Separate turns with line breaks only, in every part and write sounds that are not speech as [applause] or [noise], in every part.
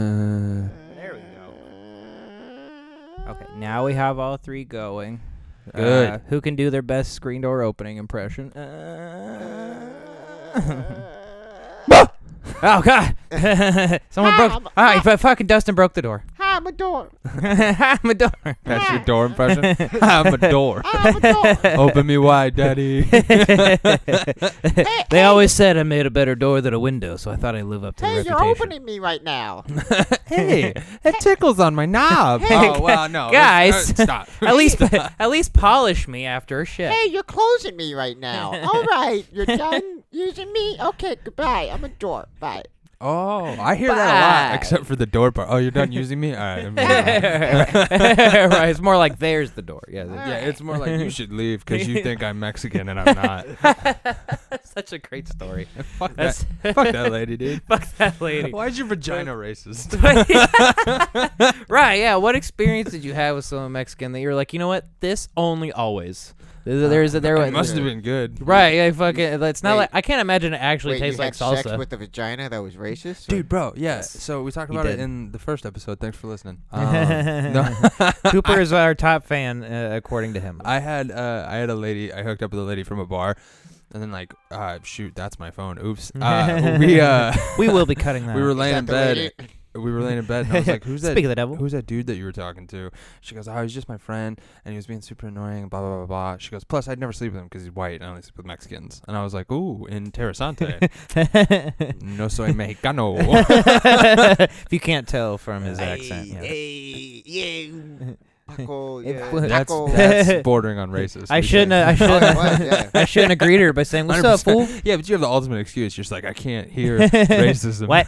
Uh,
There we go.
Okay, now we have all three going.
Good.
Uh, who can do their best screen door opening impression? Uh, [laughs] oh God! [laughs] Someone broke. All right, but fucking Dustin broke the
[laughs]
door. [laughs]
I'm a door.
I'm a door.
that's your door
[laughs]
impression. I'm a door.
I'm a door.
Open me wide, [laughs] daddy.
they always said I made a better door than a window, so I thought I'd live up to
Hey,
the
you're
reputation.
opening me
[laughs]
right now.
hey, it tickles on my knob. oh wow, no,
guys.
let's- uh, stop.
[laughs] At least, at least polish me after a shit.
Hey, you're closing me
[laughs]
right now. All right, you're done using me. Okay, goodbye. I'm a door. Bye.
[laughs] Oh, I hear that a
Bye.
lot, except for the door part. Oh, you're done using me? All right. I'm gonna-
[laughs] right, it's more like there's the door.
[laughs]
Yeah,
yeah, it's more like you should leave because you think I'm Mexican and I'm
[laughs]
not. [laughs]
such a great story.
Fuck that.
That's-
Fuck that lady, dude.
Fuck that [laughs] lady. [laughs]
Why is your vagina racist?
[laughs]
right, yeah. What experience did you have with someone Mexican that you were like, you know what? This only always. There's a, there's a, there
It must have been good.
[laughs] Right, yeah, fucking. It's not
Wait.
like I can't imagine it actually
Wait,
tastes
you
like salsa.
had sex with a vagina that was racist?
Dude, bro, yeah. So we talked
He
about it
did.
in the first episode. Thanks for
[laughs]
listening. Um, no,
[laughs] Cooper is our top fan, uh, according to him.
I had uh, I had a lady. I hooked up with a lady from a bar, and then like, uh, shoot, that's my phone.
[laughs]
Oops. Uh, we uh,
we will be cutting
[laughs]
that.
we were
out.
laying in bed. We were laying in bed, and I was like,
[laughs]
"Who's that?
Speak of the devil.
Who's that dude that you were talking to?" She goes, "Oh, he's just my friend, and he was being super annoying, and blah blah blah blah." She goes, "Plus, I'd never sleep with him because he's white, and I only sleep with Mexicans." And I was like, "Ooh, in
[laughs]
Terrasante, no soy mexicano."
if you can't tell from [laughs] his accent. yeah.
Hey,
[laughs]
yeah. Taco,
It
yeah.
flipped.
that's,
Taco.
[laughs]
that's bordering on racist.
I
we
shouldn't. uh,
think.
I
[laughs] Oh, it
shouldn't.
was, yeah.
[laughs] I shouldn't have greeted her by saying, "What's
[laughs]
up, fool?"
100%. Yeah, but you have the ultimate excuse. You're just like, I can't hear
[laughs]
racism.
What?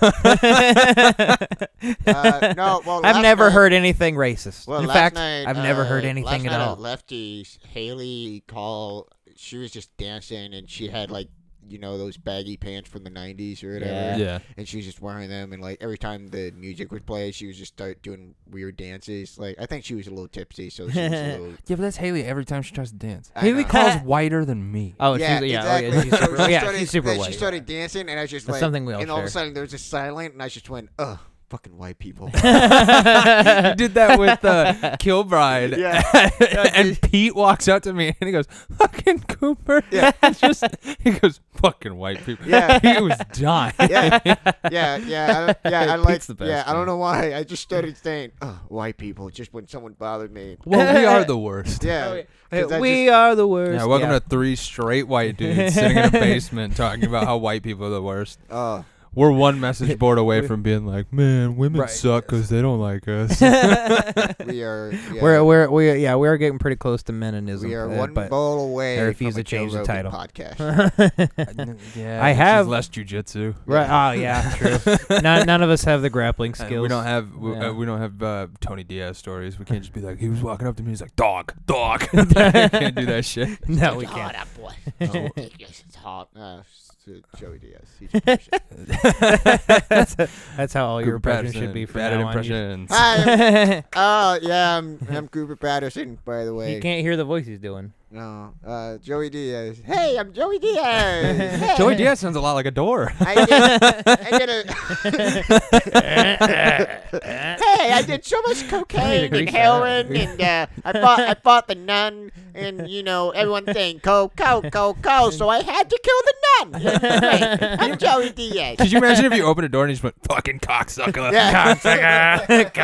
[laughs]
Uh, no,
[laughs]
well,
I've
last
never
night-
heard anything racist.
Well,
In
last
fact,
night,
I've never heard
uh,
anything
last
at
night
all.
Lefty Haley call. She was just dancing, and she had like you know those baggy pants from the '90s or whatever.
Yeah.
Yeah.
And she was just wearing them, and like every time the music would play, she would just start doing weird dances. Like I think she was a little tipsy, so she was a
[laughs]
little.
Yeah, but that's Haley every time she tries to
[laughs]
dance.
I
Haley
know.
calls whiter than me.
Oh,
yeah,
she's, yeah,
exactly.
oh, yeah, she's
So
super,
[laughs] she
yeah,
started,
she's super
then
white. [laughs]
She started dancing, and I was just
That's
like,
something we all
and all of a
share.
sudden there was a silent, and I just went, "Ugh, fucking
[laughs]
white people."
[laughs] you did
[laughs]
that with uh, Kilbride.
Yeah.
[laughs] and Pete walks up to me and he goes, "Fucking Cooper." Yeah. [laughs] just he goes, "Fucking white people."
Yeah.
[laughs] He was dying.
[laughs]
yeah, yeah, yeah, I, yeah. I like.
Pete's the best,
yeah, I
man.
don't know why. I just started saying, "Oh, white people," just when someone
[laughs]
bothered me.
[laughs] Well, we are the worst.
Oh, Yeah, 'cause I
we
just-
are the worst.
Yeah, welcome to three straight white dudes sitting in a basement talking about how white people are the worst.
oh,
We're one message board away from being like, man, women
Right.
suck because they don't like
[laughs]
us. [laughs]
we are. Yeah,
We're we're we yeah we are getting pretty close to meninism.
we are
uh,
one
but
bowl away.
I refuse
from a
to change
Joe
the
Rogan
title. [laughs]
[laughs] Podcast.
yeah,
I
which is
have-
less jujitsu.
[laughs] right, oh
[laughs]
yeah, true. none, none of us have the grappling
And [laughs]
skills.
We don't have we,
Yeah.
uh, we don't have uh, Tony Diaz stories. We can't just be like he was walking up to me. He's like dog,
[laughs]
dog. [laughs] we can't do that shit.
[laughs] no, we
It's hot
[laughs]
can't. [laughs]
up, boy. Oh, [laughs] it's hot. Uh, Joey Diaz. He's
[laughs]
a piece of shit.
that's, that's how all your
Cooper
impressions
Patterson,
should be from
bad
now on. You-
[laughs]
impressions.
Hi, I'm-
you
oh yeah, I'm I'm Cooper Patterson. By the way,
can't hear the voice he's doing.
no, uh, Joey Diaz. Hey, I'm Joey
[laughs]
Diaz. Hey.
Joey Diaz sounds a lot like a door. [laughs]
I did, I did a. hey, I did so much cocaine and
Greek
heroin, and uh, I bought I bought the nun, and you know everyone saying co co co co, so I had to kill the nun. It was great. I'm Joey Diaz.
Could you imagine if you opened a door and he just went fucking cocksucker?
Yeah.
[laughs]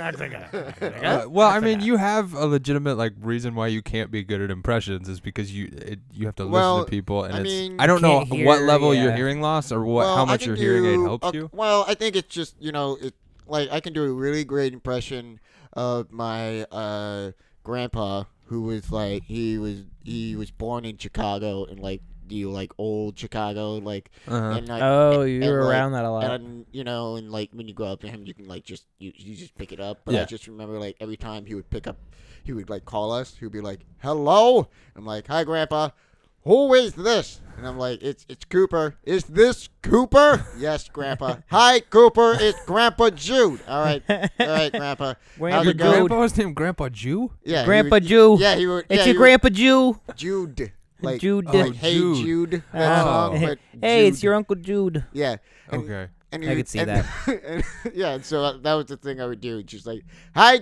Uh, well, I mean, you have a legitimate like reason why you can't be good at impressions is because you it, you have to
Well,
listen to people, and
I
it's
mean-
I don't know
Can't
what
hear,
level your
yeah.
hearing loss or what
Well,
how
I
much
can
your hearing aid
do-
helps
uh,
you.
Well, I think it's just you know it like I can do a really great impression of my uh, grandpa who was like he was he was born in Chicago and like the like old Chicago like
Uh-huh.
and like,
Oh, you
and,
were
like,
around that a lot.
and you know, and like when you go up to him, you can like just you, you just pick it up. But
Yeah.
I just remember like every time he would pick up, he would like call us. He would be like, "Hello," I'm like, "Hi, Grandpa." Who is this? And I'm like, "It's it's Cooper. Is this Cooper?"
[laughs]
yes, Grandpa. Hi, Cooper. It's Grandpa Jude. All right, all right,
[laughs]
Grandpa.
Grandpa
How's
Your
it going?
grandpa was named Grandpa Jew.
Yeah, he
Grandpa
would-
Jew.
Yeah, he would.
it's
yeah,
your
he would-
grandpa Jew.
Jude. Like,
Jude.
like, hey
Jude.
Jude.
Oh. [laughs]
That song, but
Hey, it's
Jude.
your uncle Jude.
Yeah. And
Okay.
And
I
you-
could see
and-
that.
[laughs] and- yeah, and so that was the thing I would do. She's like, "Hi,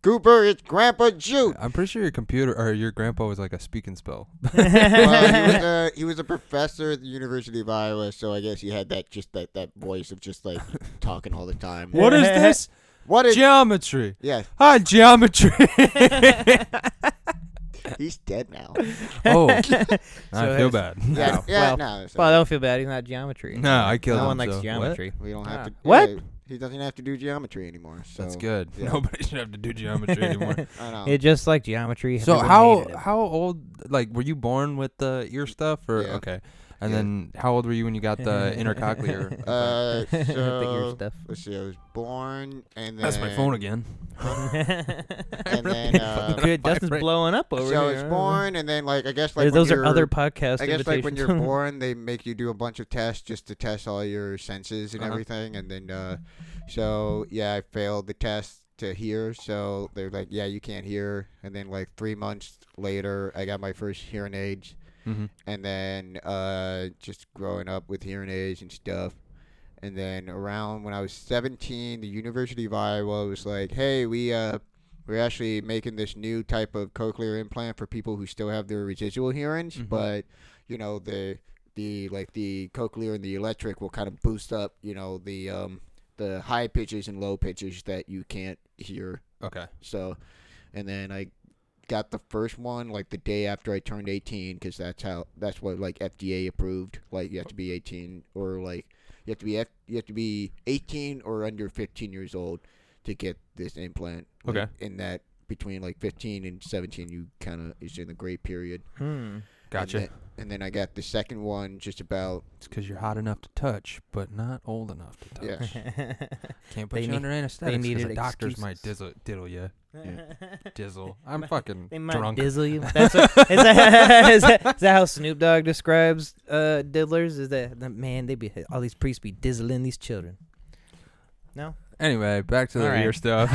Cooper, it's
[laughs]
Grandpa Jude."
I'm pretty sure your computer or your grandpa was like a speak and [laughs] spell.
well, he, was a, he was a professor at the University of Iowa, so I guess he had that just that, that voice of just like talking all the
[laughs]
time.
what is this?
What is?
Geometry.
yeah,
Hi, geometry.
he's
[laughs]
dead now.
oh, I
So
feel
that's-
bad. [laughs]
Yeah,
Wow.
yeah,
Well-
no, so
Well, I don't feel bad. He's not geometry.
No, I killed
No
him.
one likes
so-
geometry.
we don't have
Ah.
to.
What?
yeah, he doesn't have to do geometry anymore. So
What? That's good.
Yeah.
Nobody should have to do geometry anymore.
I don't know.
It [laughs] just like geometry.
so
everyone
how
hated it.
how old like were you born with the ear stuff or
Yeah.
okay? And
Yeah.
then how old were you when you got the intercochlear?
[laughs]
uh,
The ear
so,
stuff. [laughs]
Let's see. I was born, and then
That's my phone again.
[laughs] And then uh,
Dude, Dustin's
vibrate.
blowing up over
so
here.
I was born, and then like I guess like
Th-
when
Those are
you're-
other podcast
I guess like when
[laughs]
you're
invitations.
born, they make you do a bunch of tests just to test all your senses and
Uh-huh.
everything, and then uh, so yeah, I failed the test to hear, so they're like, yeah, you can't hear, and then like three months later, I got my first hearing aids,
Mm-hmm.
and then uh, just growing up with hearing aids and stuff. And then around when I was 17, the University of Iowa was like, "Hey, we uh, we're actually making this new type of cochlear implant for people who still have their residual hearings,
Mhm.
but you know the the like the cochlear and the electric will kind of boost up, you know, the um, the high pitches and low pitches that you can't hear
Okay.
so, and then I got the first one like the day after I turned 18 because that's how that's what like FDA approved. Like you have to be 18 or like you have to be F, you have to be 18 or under 15 years old to get this implant. Like,
Okay.
In that between like 15 and 17, you kind of is in the gray period.
Hmm.
Gotcha.
And then, and then I got the second one just about
It's because you're hot enough to touch, but not old enough to touch.
yeah.
[laughs]
Can't put
They
you
need-
under anesthetic because
needed
the doctors might dizzle, diddle you. Dizzle. I'm
might-
fucking
They might
drunk.
dizzle
[laughs]
you. That's what, is, that, [laughs] is, that, is that how Snoop Dogg describes uh, diddlers? Is that the- man? They be all these priests be dizzling these children. No,
Anyway, back to the
All right.
ear
[laughs]
stuff.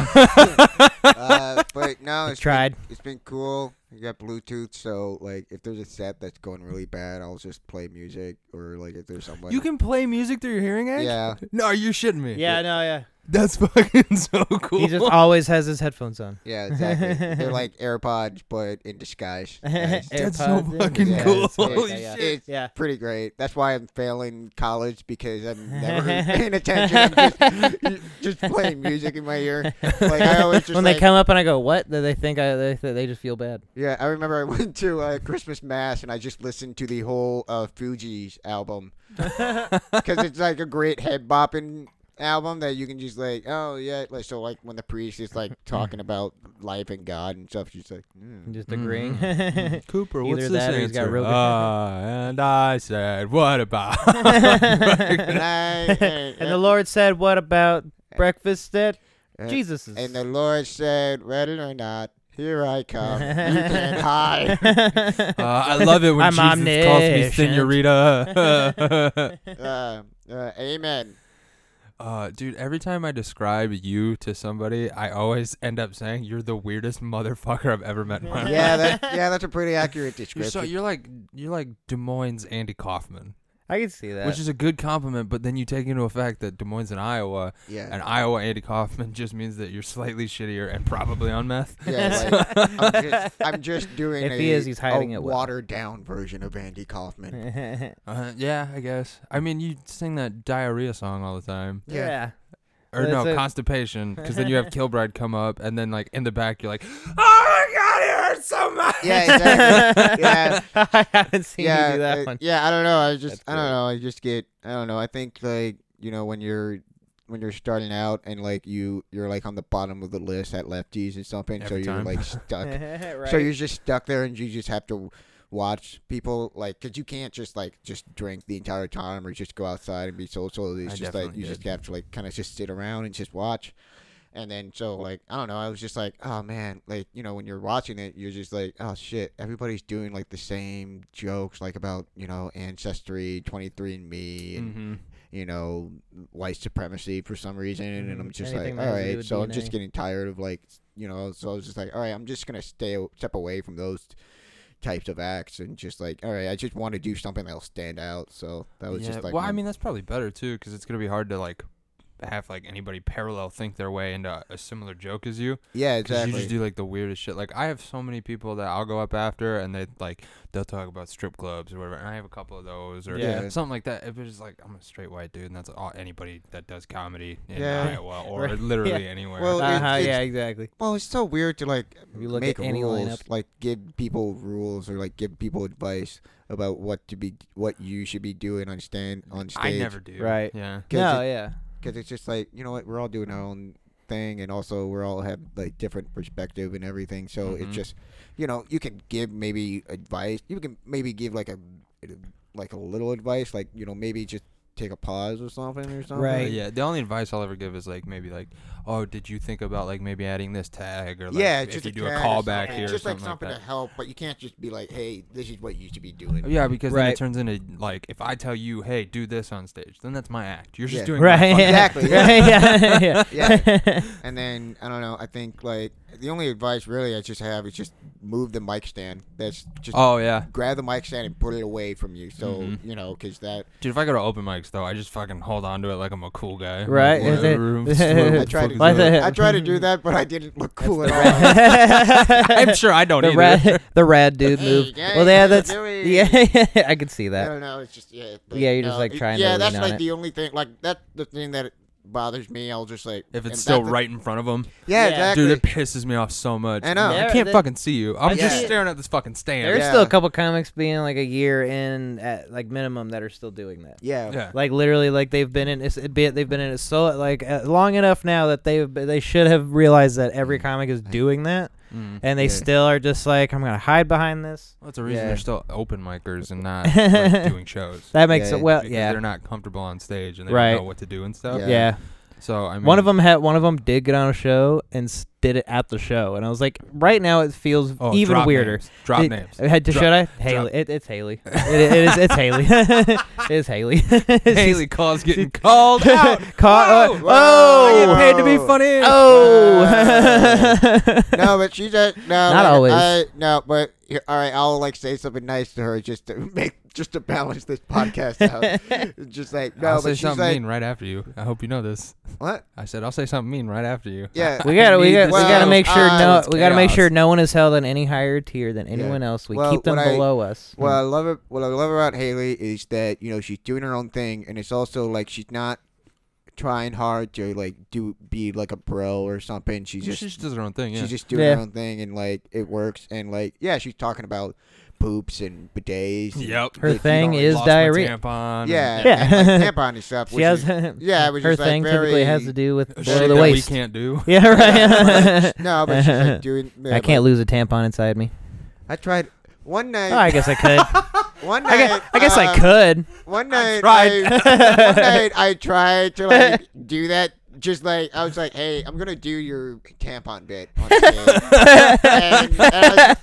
uh, but no,
I
[laughs]
it's
tried.
it's been cool. You got Bluetooth, so like if there's a set that's going really bad, I'll just play music or like if there's someone.
you can play music through your hearing aid?
Yeah.
No, are you shitting me?
Yeah, no, yeah.
That's [laughs] fucking so cool.
He just always has his
[laughs]
headphones on.
Yeah, exactly. They're like AirPods, but
[laughs]
in disguise. Nice.
That's so
[laughs] AirPods in.
fucking
Yeah,
cool.
it's great.
Holy
Yeah, yeah.
shit.
Yeah.
Pretty great. That's why I'm failing college because I'm
[laughs]
never paying attention. I'm just, just playing music in
[laughs]
my ear. Like
[laughs]
I always just
when
like,
they come up and I go, "What?" Then they think I they, they just feel bad.
Yeah, I remember I [laughs] went to uh, Christmas mass and I just listened to the whole uh, Fuji's
[laughs]
album because it's like a great head bopping album that you can just like, oh yeah, like so like when the priest
[laughs]
is like talking about life and God and stuff, she's like, mm.
Just
Mm.
agreeing.
[laughs] [laughs] Cooper,
Either
what's this
that or he's got
answer?
real good-
Ah, and I said, what
[laughs]
about? [laughs]
and, I, and,
and the Lord said, "What about breakfast that
[laughs] and-
Jesus is?"
and the Lord said, ready or not, here
[laughs]
I come, you can hide.
Uh, I love it when
I'm
Jesus calls me
omniscient. [laughs]
senorita. [laughs]
Uh, uh, amen.
uh, dude, every time I describe you to somebody, I always end up saying you're the weirdest motherfucker I've ever met in my life.
Yeah, that, yeah, that's a pretty accurate
You're, so,
description.
you're like you're like Des Moines Andy Kaufman,
I can see
[laughs]
that.
which is a good compliment, but then you take into effect that Des Moines in Iowa,
yeah.
and Iowa Andy Kaufman [laughs] just means that you're slightly shittier and probably on meth.
Yeah, like, I'm, just,
[laughs]
I'm just doing
If
a,
he is, he's hiding
a
it well.
watered down version of Andy Kaufman.
yeah.
Uh, yeah, I guess. I mean, you sing that diarrhea song all the time, or
That's
no,
it.
constipation, because then you have Kilbride come up, and then like in the back, you're like, "Oh my god, it hurts so much."
Yeah, exactly. yeah,
[laughs] I haven't seen
yeah,
you do that [laughs]
uh,
one.
yeah. I don't know. I just,
That's
I don't know. I just get, I don't know. I think like you know when you're when you're starting out and like you you're like on the bottom of the list at lefties and something,
Every
so you're
time. [laughs]
like stuck.
right.
So you're just stuck there, and you just have to watch people like because you can't just like just drink the entire time or just go outside and be social it's
I
just like
definitely
you just
did.
have to like kind of just sit around and just watch and then so like i don't know i was just like oh man like you know when you're watching it you're just like oh shit everybody's doing like the same jokes like about you know ancestry 23 and me and
Mhm.
you know white supremacy for some reason and i'm
Mhm.
just
Anything that
like all
has to do
right
with
so i'm just
DNA.
getting tired of like you know so i was just like all right i'm just gonna stay step away from those types of acts and just like, all right, I just want to do something that'll stand out. So that was
yeah.
just like,
well,
my-
I mean, that's probably better too, because it's gonna be hard to like have like anybody parallel think their way into a similar joke as you.
yeah,
'Cause
exactly.
You just do like the weirdest shit. Like I have so many people that I'll go up after, and they like they'll talk about strip clubs or whatever. And I have a couple of those or
Yeah.
something like that. If it's just like I'm a straight white dude, and that's all anybody that does comedy in
Yeah. [laughs]
Iowa or
Right.
literally
Yeah.
anywhere.
Well, it-
Uh-huh,
it's-
yeah, exactly.
well, it's so weird to like
If you look
make
at any
rules,
lineup.
like give people rules or like give people advice about what to be, what you should be doing on stand on stage.
I never do.
Right.
Yeah.
'Cause
No,
it-
yeah.
because it's just like you know what we're all doing our own thing and also we're all have like different perspective and everything so
Mhm.
it just you know you can give maybe advice you can maybe give like a like a little advice like you know maybe just take a pause or something or something
Uh,
Right.
yeah, the only advice I'll ever give is like maybe like, oh, did you think about like maybe adding this tag or like
yeah
if
just
you do a
tag or
callback
something.
here
just
or something
like
like
something
that.
to help but you can't just be like hey this is what you should be doing
Yeah, because then
Right.
it turns into like if I tell you, hey, do this on stage, then that's my act. You're just
Yeah.
doing my
Right.
fucking-
Exactly, [laughs]
[laughs]
yeah.
Right, [laughs] yeah. yeah.
Yeah. and then I don't know. I think like the only advice really I just have is just move the mic stand. That's just
Oh yeah,
grab the mic stand and put it away from you. So
Mhm.
you know,
[laughs]
because that
dude. If I go to open mics though, I just fucking hold on to it like I'm a cool guy. I'm
Right,
Like,
is
[laughs]
it-
"Whatever, I'm just doing
I
what the
tried
fuck
to
is
do,
Why the- [laughs]
up."
I tried to do that, but I didn't look cool at all.
I'm
[laughs] I'm
sure I
[laughs]
don't
the
either.
rad, the rad dude
Hey,
move.
guys,
well, yeah,
how you
that's
doing?
yeah. [laughs] I could see
[laughs] I
that.
don't know. It's just yeah.
Yeah, you're just, like,
it-
trying to
Yeah, that's
lean on
like
it.
the only thing. Like that's the thing that bothers me. I'll just like
[laughs] If
and
it's still
that's the-
right in front of them,
yeah,
Yeah.
exactly.
dude, it pisses me off so much.
I know.
I'm like,
There-
I can't
there-
fucking see you. I'm
I
just
see it.
staring at this fucking stand.
There's
Yeah.
still a couple comics being like a year in at like minimum that are still doing that.
yeah.
yeah.
Like literally, like they've been in it's- it. be- They've been in it so like uh, long enough now that they they should have realized that every comic is doing that,
Mm.
and they
Yeah.
still are just like, I'm gonna hide behind this.
Well, that's the reason
Yeah.
they're still open micers and
[laughs]
not like, doing shows.
That makes
Yeah,
it well,
because
yeah,
they're not comfortable on stage and they
Right.
don't know what to do and stuff.
Yeah.
yeah.
So I mean,
one of them had one of them did get on a show and s- did it at the show, and I was like, right now it feels
oh,
even
drop
weirder.
names. Drop
It- [laughs]
names.
I had to
Drop-
should I? Haley. It, it's
[laughs]
Haley. It, it is. It's Haley. [laughs] it is Haley. [laughs]
Haley [laughs] Claus getting called out.
Caught.
Whoa!
oh.
I get paid to be
Whoa.
funny.
Oh. [laughs]
No, but she does. No,
Not always.
I, no, but here, all right. I'll like say something nice to her just to [laughs] make just to balance this podcast
[laughs]
out. just like no,
I'll say
but she's
something
like
mean right after you. I hope you know this.
what?
I said I'll say something mean right after you.
Yeah.
[laughs] we gotta. We
need
gotta.
this
we gotta
out.
make sure
Ah,
no.
it's
We gotta make
chaos.
sure no one is held in any higher tier than anyone else. We
Well,
keep them
what I-
below us.
What
Mm.
I love it, what I love about Haley is that you know she's doing her own thing, and it's also like she's not trying hard to like do be like a bro or something. She's
She
just
just does her own thing. Yeah.
she's just doing
Yeah.
her own thing, and like it works. And like yeah, she's talking about poops and bidets. and-
yep.
Her thing
know,
is
Lost my
diarrhea.
tampon and-
Yeah,
Yeah.
and,
[laughs]
like, tampon and stuff.
She
which
has.
is- yeah, it was
her
just, like,
thing typically has
very-
to do with
Shit
below the
that
waist.
we can't
[laughs]
do.
[laughs] Yeah. [laughs] Right.
no, but she's [laughs] like doing. yeah,
I
like,
can't lose a tampon inside
[laughs]
me.
I tried one night.
Oh, I guess I
[laughs]
could.
One night.
I guess, I, guess I
um,
could.
One night,
tried.
I, one night I tried to like do that. Just like I was like, hey, I'm gonna do your tampon bit. On stage." and, and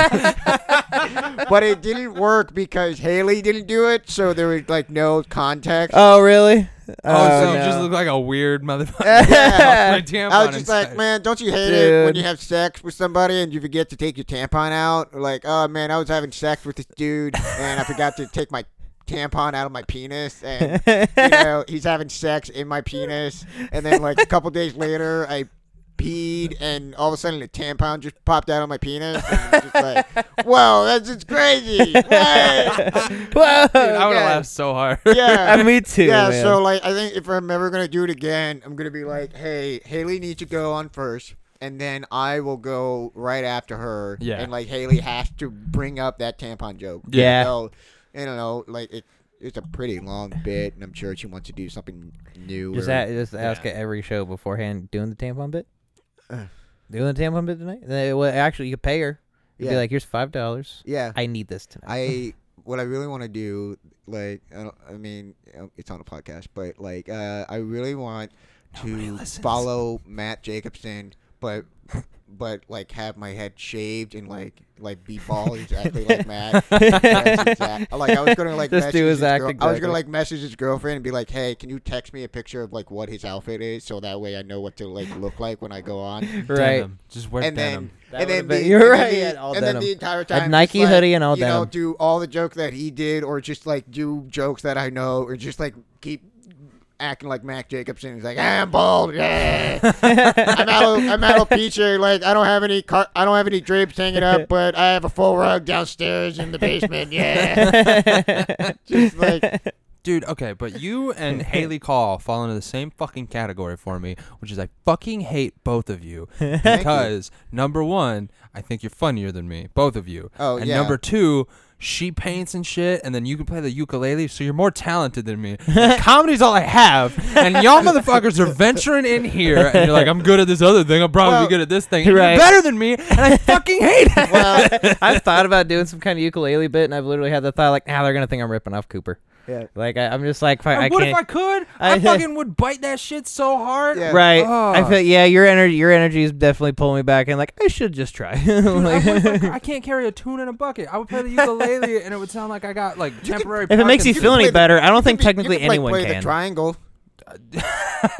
I- [laughs] but it didn't work because Haley didn't do it, so there was like no context.
Oh, really?
Oh, so you
no.
just
[laughs]
look like a weird motherfucker. [laughs]
[laughs] Yeah.
Lost my tampon
I was just
inside.
like, man, don't you hate it when
Dude.
you have sex with somebody and you forget to take your tampon out? Or like, oh man, I was having sex with this dude and I forgot to take my tampon out of my penis and you
[laughs]
know he's having sex in my penis and then like a couple days later I peed and all of a sudden the tampon just popped out of my penis and I'm just like whoa that's just crazy What?"
[laughs] Whoa.
Dude, I would have
Yeah.
laughed so hard.
yeah
[laughs] Uh, me too.
yeah,
man.
so like I think if I'm ever gonna do it again, I'm gonna be like, hey, Haley needs to go on first, and then I will go right after her.
Yeah.
and like Haley has to bring up that tampon joke. you
Yeah.
know? I don't know, like it. It's a pretty long bit, and I'm sure she wants to do something new.
just,
or-
a- just ask
Yeah.
at every show beforehand, doing the tampon bit.
Uh.
Doing the tampon bit tonight? They- well, actually, you could pay her. You'd be
Yeah.
like, "Here's five dollars.
yeah,
I need this tonight."
I what I really want to do, like, I, don't, I mean, uh, it's on a podcast, but like, uh, I really want to
listens.
follow Matt Jacobson but but like have my head shaved and like like be bald exactly
[laughs]
like Matt. That's exact- like I was gonna like
Just
message
do his
his
act
girl- I was
exactly.
gonna like message his girlfriend and be like, hey, can you text me a picture of like what his outfit is so that way I know what to like look like when I
[laughs]
go on.
right.
Denim. Just wear
and
denim.
That
then and then
would've been- [laughs]
the-
you're
and then
right,
the-
yeah, all
and
denim.
then the entire
A
time, just,
Nike
like,
hoodie and all
you know,
denim.
do all the jokes that he did, or just like do jokes that I know, or just like keep acting like Mac Jacobson. He's like, I'm bald. Yeah.
[laughs]
I'm out. Of, I'm out of feature. Like I don't have any. Car- I don't have any drapes
[laughs]
hanging up, but I have a full rug downstairs in the basement. Yeah.
[laughs]
just like
Dude, okay, but you and Haley Call fall into the same fucking category for me, which is I fucking hate both of you
you.
because number one, I think you're funnier than me, both of you.
Oh,
and
yeah.
number two, she paints and shit, and then you can play the ukulele, so you're more talented than me. And Comedy's all I have, and y'all motherfuckers are venturing in here, and you're like, I'm good at this other thing, I'm probably
Well,
good at this thing. and
right.
You're better than me, and I fucking hate it.
well.
[laughs] I've thought about doing some kind of ukulele bit, and I've literally had the thought like, ah, they're gonna think I'm ripping off Cooper.
Yeah.
Like I, I'm just like, "Fuck, I
And Oh, what if I
can't.
could? I,
I-
fucking would bite that shit so hard.
Yeah.
[laughs]
I-
right. I
Oh.
feel yeah. Your energy, your energy is definitely pulling me back, and like I should just try. [laughs]
Dude, I
Like-
wouldn't
[laughs]
fucking- I can't carry a tune in a bucket. I would play the ukulele and it would sound like I got like temporary.
if it makes you
can
feel
play
any
the-
better, I don't
you
think
could be- you
technically
could, like,
anyone
play
can.
the triangle.
Parkinson's-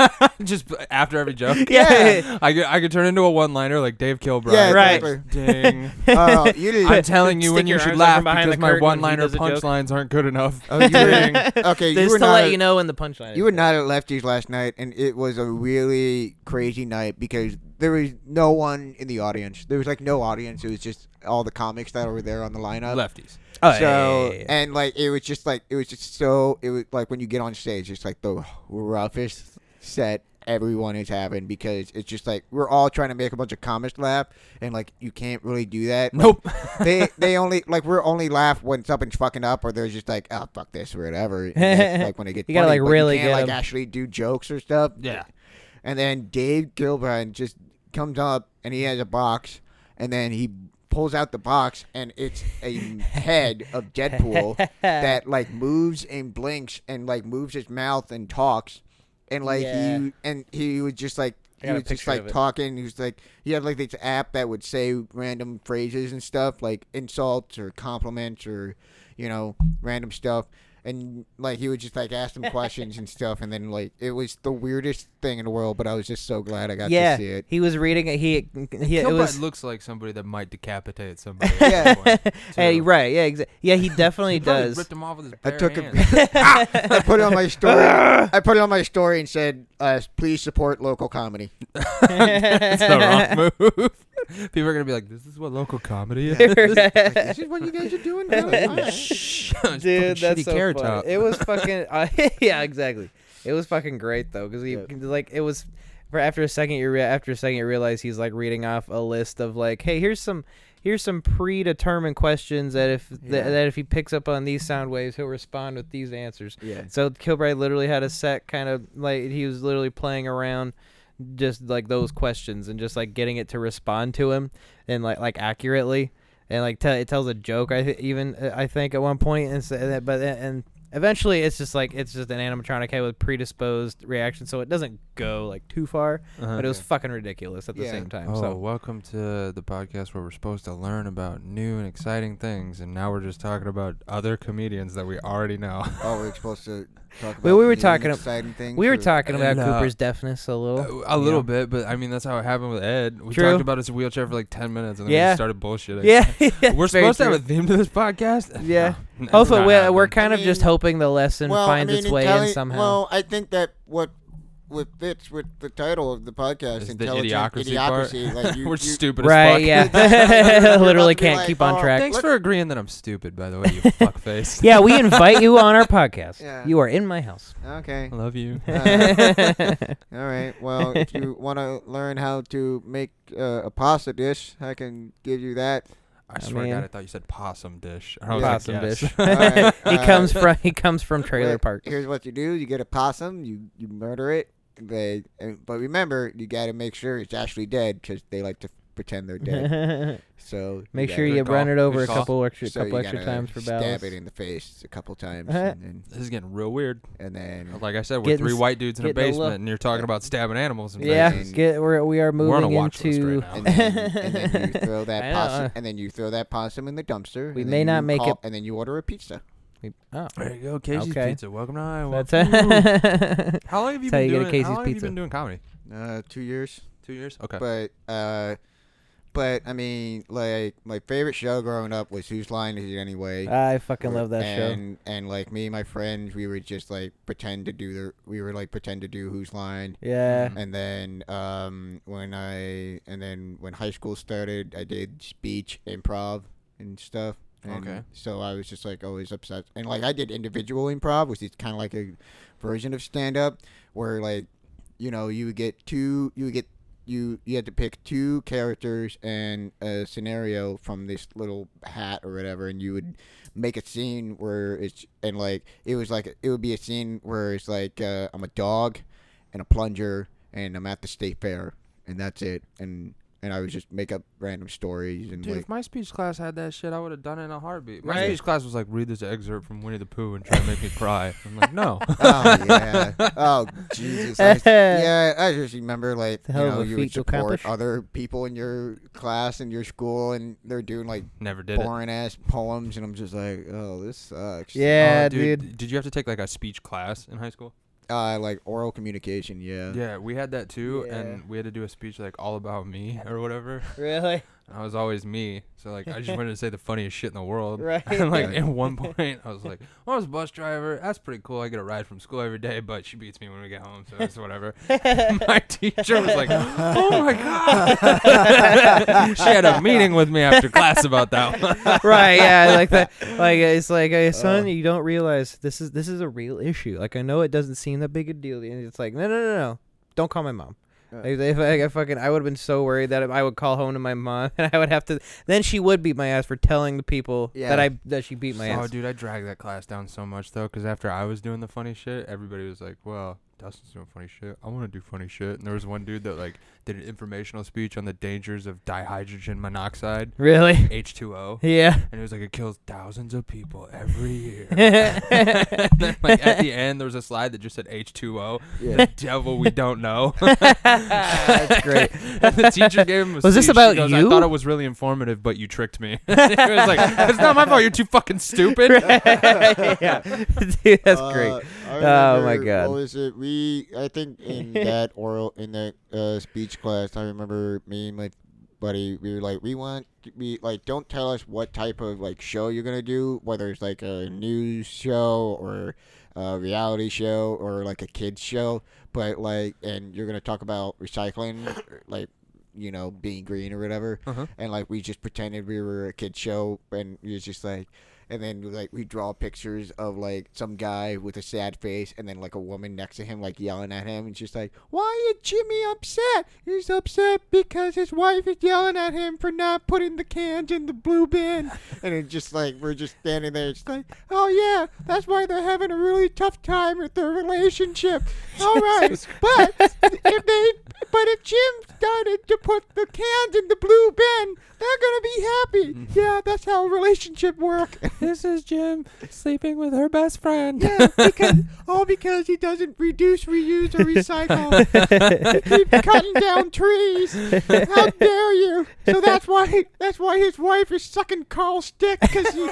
[laughs] just after every joke,
[laughs] yeah.
I could, I could turn into a one liner like Dave Kilbride.
Yeah,
Right.
exactly. [laughs]
[laughs]
Ding.
Oh, you didn't.
I'm telling you
Stick
when you
your
should
arms out
laugh
from behind
because
the
my
curtain when
one
he
liner
does a joke.
punchlines aren't good
[laughs]
enough.
Oh, you
Ding.
were, okay, you
Just
were
to
not.
let you know when the punchline.
You
is.
were not at Lefty's last night, and it was a really crazy night because there was no one in the audience. There was like no audience. It was just all the comics that were there on the lineup.
Lefties.
Oh,
so
yeah, yeah, yeah,
and like it was just like it was just so it was like when you get on stage, it's like the roughest set everyone is having because it's just like we're all trying to make a bunch of comics laugh, and like you can't really do that. Like,
Nope.
[laughs]
they they only like we're only laugh when something's fucking up or they're just like oh fuck this or whatever And that's,
[laughs]
like when it gets
You gotta,
funny,
like,
but
really
you can't,
get 'em.
like actually do jokes or stuff
Yeah.
and then Dave Gilbrand just comes up and he has a box and then he pulls out the box and it's
[laughs]
a head of Deadpool that like moves and blinks and like moves his mouth and talks and like
Yeah.
he and he was just like
I
he
got a
was just
picture of
like
it.
talking. He was like he had like this app that would say random phrases and stuff, like insults or compliments or you know random stuff. And like he would just like ask
[laughs]
them questions and stuff, and then like it was the weirdest thing in the world. But I was just so glad I got
yeah.
to see it.
He was reading it. He, he it
Kilbride
was
looks like somebody that might decapitate
[laughs]
somebody. at
Yeah.
some point,
hey
too.
right yeah exa- yeah [laughs] he definitely
Probably
does.
ripped him off with his
I
bare
took a-
hands.
[laughs]
I put it on my story. I put it on my story and said, uh, "Please support local comedy."
It's
[laughs]
the [laughs] wrong move. People are gonna be like, "This is what local comedy is."
Like,
[laughs]
this is what you guys are doing. now?
[laughs]
All right.
Shh. It's
Dude,
fucking
that's
shitty
so
Carrot
funny.
Top.
It was fucking uh, [laughs] yeah, exactly. It was fucking great though, because he like it was. for- After a second, you rea- after a second you realize he's like reading off a list of like, hey, here's some here's some predetermined questions that if th-
Yeah.
that if he picks up on these sound waves, he'll respond with these answers.
Yeah.
So Kilbride literally had a set kind of like he was literally playing around just like those questions and just like getting it to respond to him and like like accurately and like tell it tells a joke I th- even uh, I think at one point and so, that but then- and eventually it's just like it's just an animatronic head with predisposed reaction so it doesn't go like too far
Uh-huh.
but it was fucking ridiculous at the
Yeah.
same time
Oh,
so
welcome to the podcast where we're supposed to learn about new and exciting things, and now we're just talking about other comedians that we already know.
Oh, we're supposed to talk about.
Well, we were
new,
talking ab-
exciting things.
we were
or-
talking about
And, uh,
Cooper's deafness a little
[laughs] a little bit, but I mean that's how it happened with Ed. We
True.
talked about his wheelchair for like ten minutes, and then we
Yeah.
just started bullshitting.
yeah, yeah
[laughs] we're
very
supposed to
true.
have a theme to this podcast.
[laughs] Yeah.
[laughs] No, no,
Also,
not
we're,
happening.
we're kind
I
of just
mean-
hoping the lesson finds
I mean,
its way
intelli-
in somehow.
Well, I think that what what fits with the title of the podcast,
Is the
intelligent
idiocracy part.
idiocracy,
[laughs]
like you,
we're
you-
stupid as
right?
fuck. [laughs]
[laughs]
Yeah,
You're about
literally
to be
can't
like,
keep on
"Oh,
track.
Thanks
Look-
for agreeing that I'm stupid, by the way,
[laughs]
you fuckface.
yeah, we invite you
[laughs]
on our podcast.
Yeah.
You are in my house.
Okay.
[laughs] I [laughs] love you.
[laughs]
Uh, all right. Well, if you want to learn how to make uh, a pasta dish, I can give you that.
I
I
swear to
mean-
God, I thought you said possum dish. And I was like,
Possum
yes.
dish.
Alright,
[laughs] he
uh,
comes from
[laughs]
he comes from trailer
Wait,
park.
Here's what you do: you get a possum, you you murder it. They, and- but remember, you got to make sure it's actually dead because they like to pretend
[laughs]
they're dead.
Make
So
sure
Good
you run
call.
it over
Good
a
call.
couple extra
so
couple
you
extra
gotta
times for
stab
battles.
it in the face a couple times,
[laughs] Uh-huh.
and then
[laughs] This is getting real weird.
and then
Like I said, we're
Getting
three
s-
white dudes in a
getting a
basement,
look.
and you're talking about stabbing animals. In
Yeah,
Basements.
get we're, we are moving
We're on a watch list
into.
right now.
and then, and then
[laughs]
you throw
I
that
know.
possum, and then you throw that possum in the dumpster.
We
and
may
then
not
you
make
call-
it-
and then you order a pizza.
We- oh,
There you go, Casey's
Okay.
Pizza. Welcome to Iowa.
that's it.
How [laughs] long have you been
That's how you get a
doing?
Casey's
how long have you
Pizza.
been doing comedy?
Uh, two years,
Two years. Okay.
but uh, but I mean, like my favorite show growing up was Whose Line Is It Anyway?
[laughs] I fucking love that show.
and, And like me and my friends, we would just like pretend to do the we were like pretend to do Whose Line.
Yeah.
And then um, when I and then when high school started, I did speech, improv, and stuff. And
Okay.
So I was just like always upset, and like I did individual improv, which is kind of like a version of stand up, where like you know you would get two, you would get you you had to pick two characters and a scenario from this little hat or whatever, and you would make a scene where it's and like it was like it would be a scene where it's like uh, I'm a dog and a plunger and I'm at the state fair and that's it and and I would just make up random stories and
Dude,
like
if my speech class had that shit, I would have done it in a heartbeat. My
Right.
speech class was like, read this excerpt from Winnie the Pooh and try to [laughs] make me cry. I'm like, [laughs] no.
oh yeah oh Jesus I,
[laughs]
yeah I just remember like you
Uh, hell
know
of a
you
feat
would
to
support
accomplish.
other people in your class and your school and they're doing like
Never did it.
boring ass poems and I'm just like oh this sucks
Oh,
Yeah, dude.
[laughs]
d- Did you have to take like a speech class in high school?
uh like oral communication yeah
Yeah, we had that too,
Yeah.
and we had to do a speech like all about me or whatever.
Really? [laughs]
And I was always me, so like I just wanted to say the funniest shit in the world.
Right.
[laughs] And like at
[laughs]
one point, I was like, "Well, "I was a bus driver. That's pretty cool. I get a ride from school every day, but she beats me when we get home, so it's
[laughs]
whatever." [laughs] [laughs] my teacher was like, "Oh my god!" [laughs] she had a meeting with me after class about
[laughs]
that one.
right yeah like that like it's like hey, son you don't realize this is this is a real issue like i know it doesn't seem that big a deal and it's like no no no no don't call my mom
Yeah.
Like, if I, I fucking, I would have been so worried that I would call home to my mom, [laughs] and I would have to. Then she would beat my ass for telling the people
Yeah.
that I that she beat my
oh,
ass.
dude, I dragged that class down so much though, because after I was doing the funny shit, everybody was like, "Well, Dustin's doing funny shit. I want to do funny shit." And there was one dude that like did an informational speech on the dangers of dihydrogen monoxide,
[laughs] Really?
H2O,
Yeah.
and it was like it kills thousands of people every year. And then, like at the end, there was a slide that just said H2O,
yeah
[laughs]
the devil we don't know.
That's [laughs] great.
And the teacher gave him a
Was
speech.
this
She
about
goes, I
you?
thought it was really informative, but you tricked me. [laughs] it was like, it's not my fault. You're too fucking [laughs] stupid.
[laughs] yeah. Dude, [laughs] that's
Uh, [laughs]
great.
I
Oh, my
remember-
God.
What was it? We I
[laughs]
think in that oral in that uh, speech class, I remember me and my buddy. We were like, we want to be like, don't tell us what type of like show you're gonna do, whether it's like a news show or a reality show or like a kids show, but like, and you're gonna talk about recycling, like. You know, being green or whatever,
Uh-huh.
and like we just pretended we were a kid show, and it was just like, and then like we draw pictures of like some guy with a sad face and then like a woman next to him like yelling at him and she's like why is jimmy upset he's upset because his wife is yelling at him for not putting the cans in the blue bin and it's just like we're just standing there it's like oh yeah that's why they're having a really tough time with their relationship all right but if they but if jim started to put the cans in the blue bin they're gonna be happy yeah that's how relationship work
This is Jim sleeping with her best friend. [laughs]
Yeah, because [laughs] all because he doesn't reduce, reuse, or recycle.
[laughs]
he keeps cutting down trees. How
[laughs]
dare you? So that's why that's why his wife is sucking Carl's stick because he.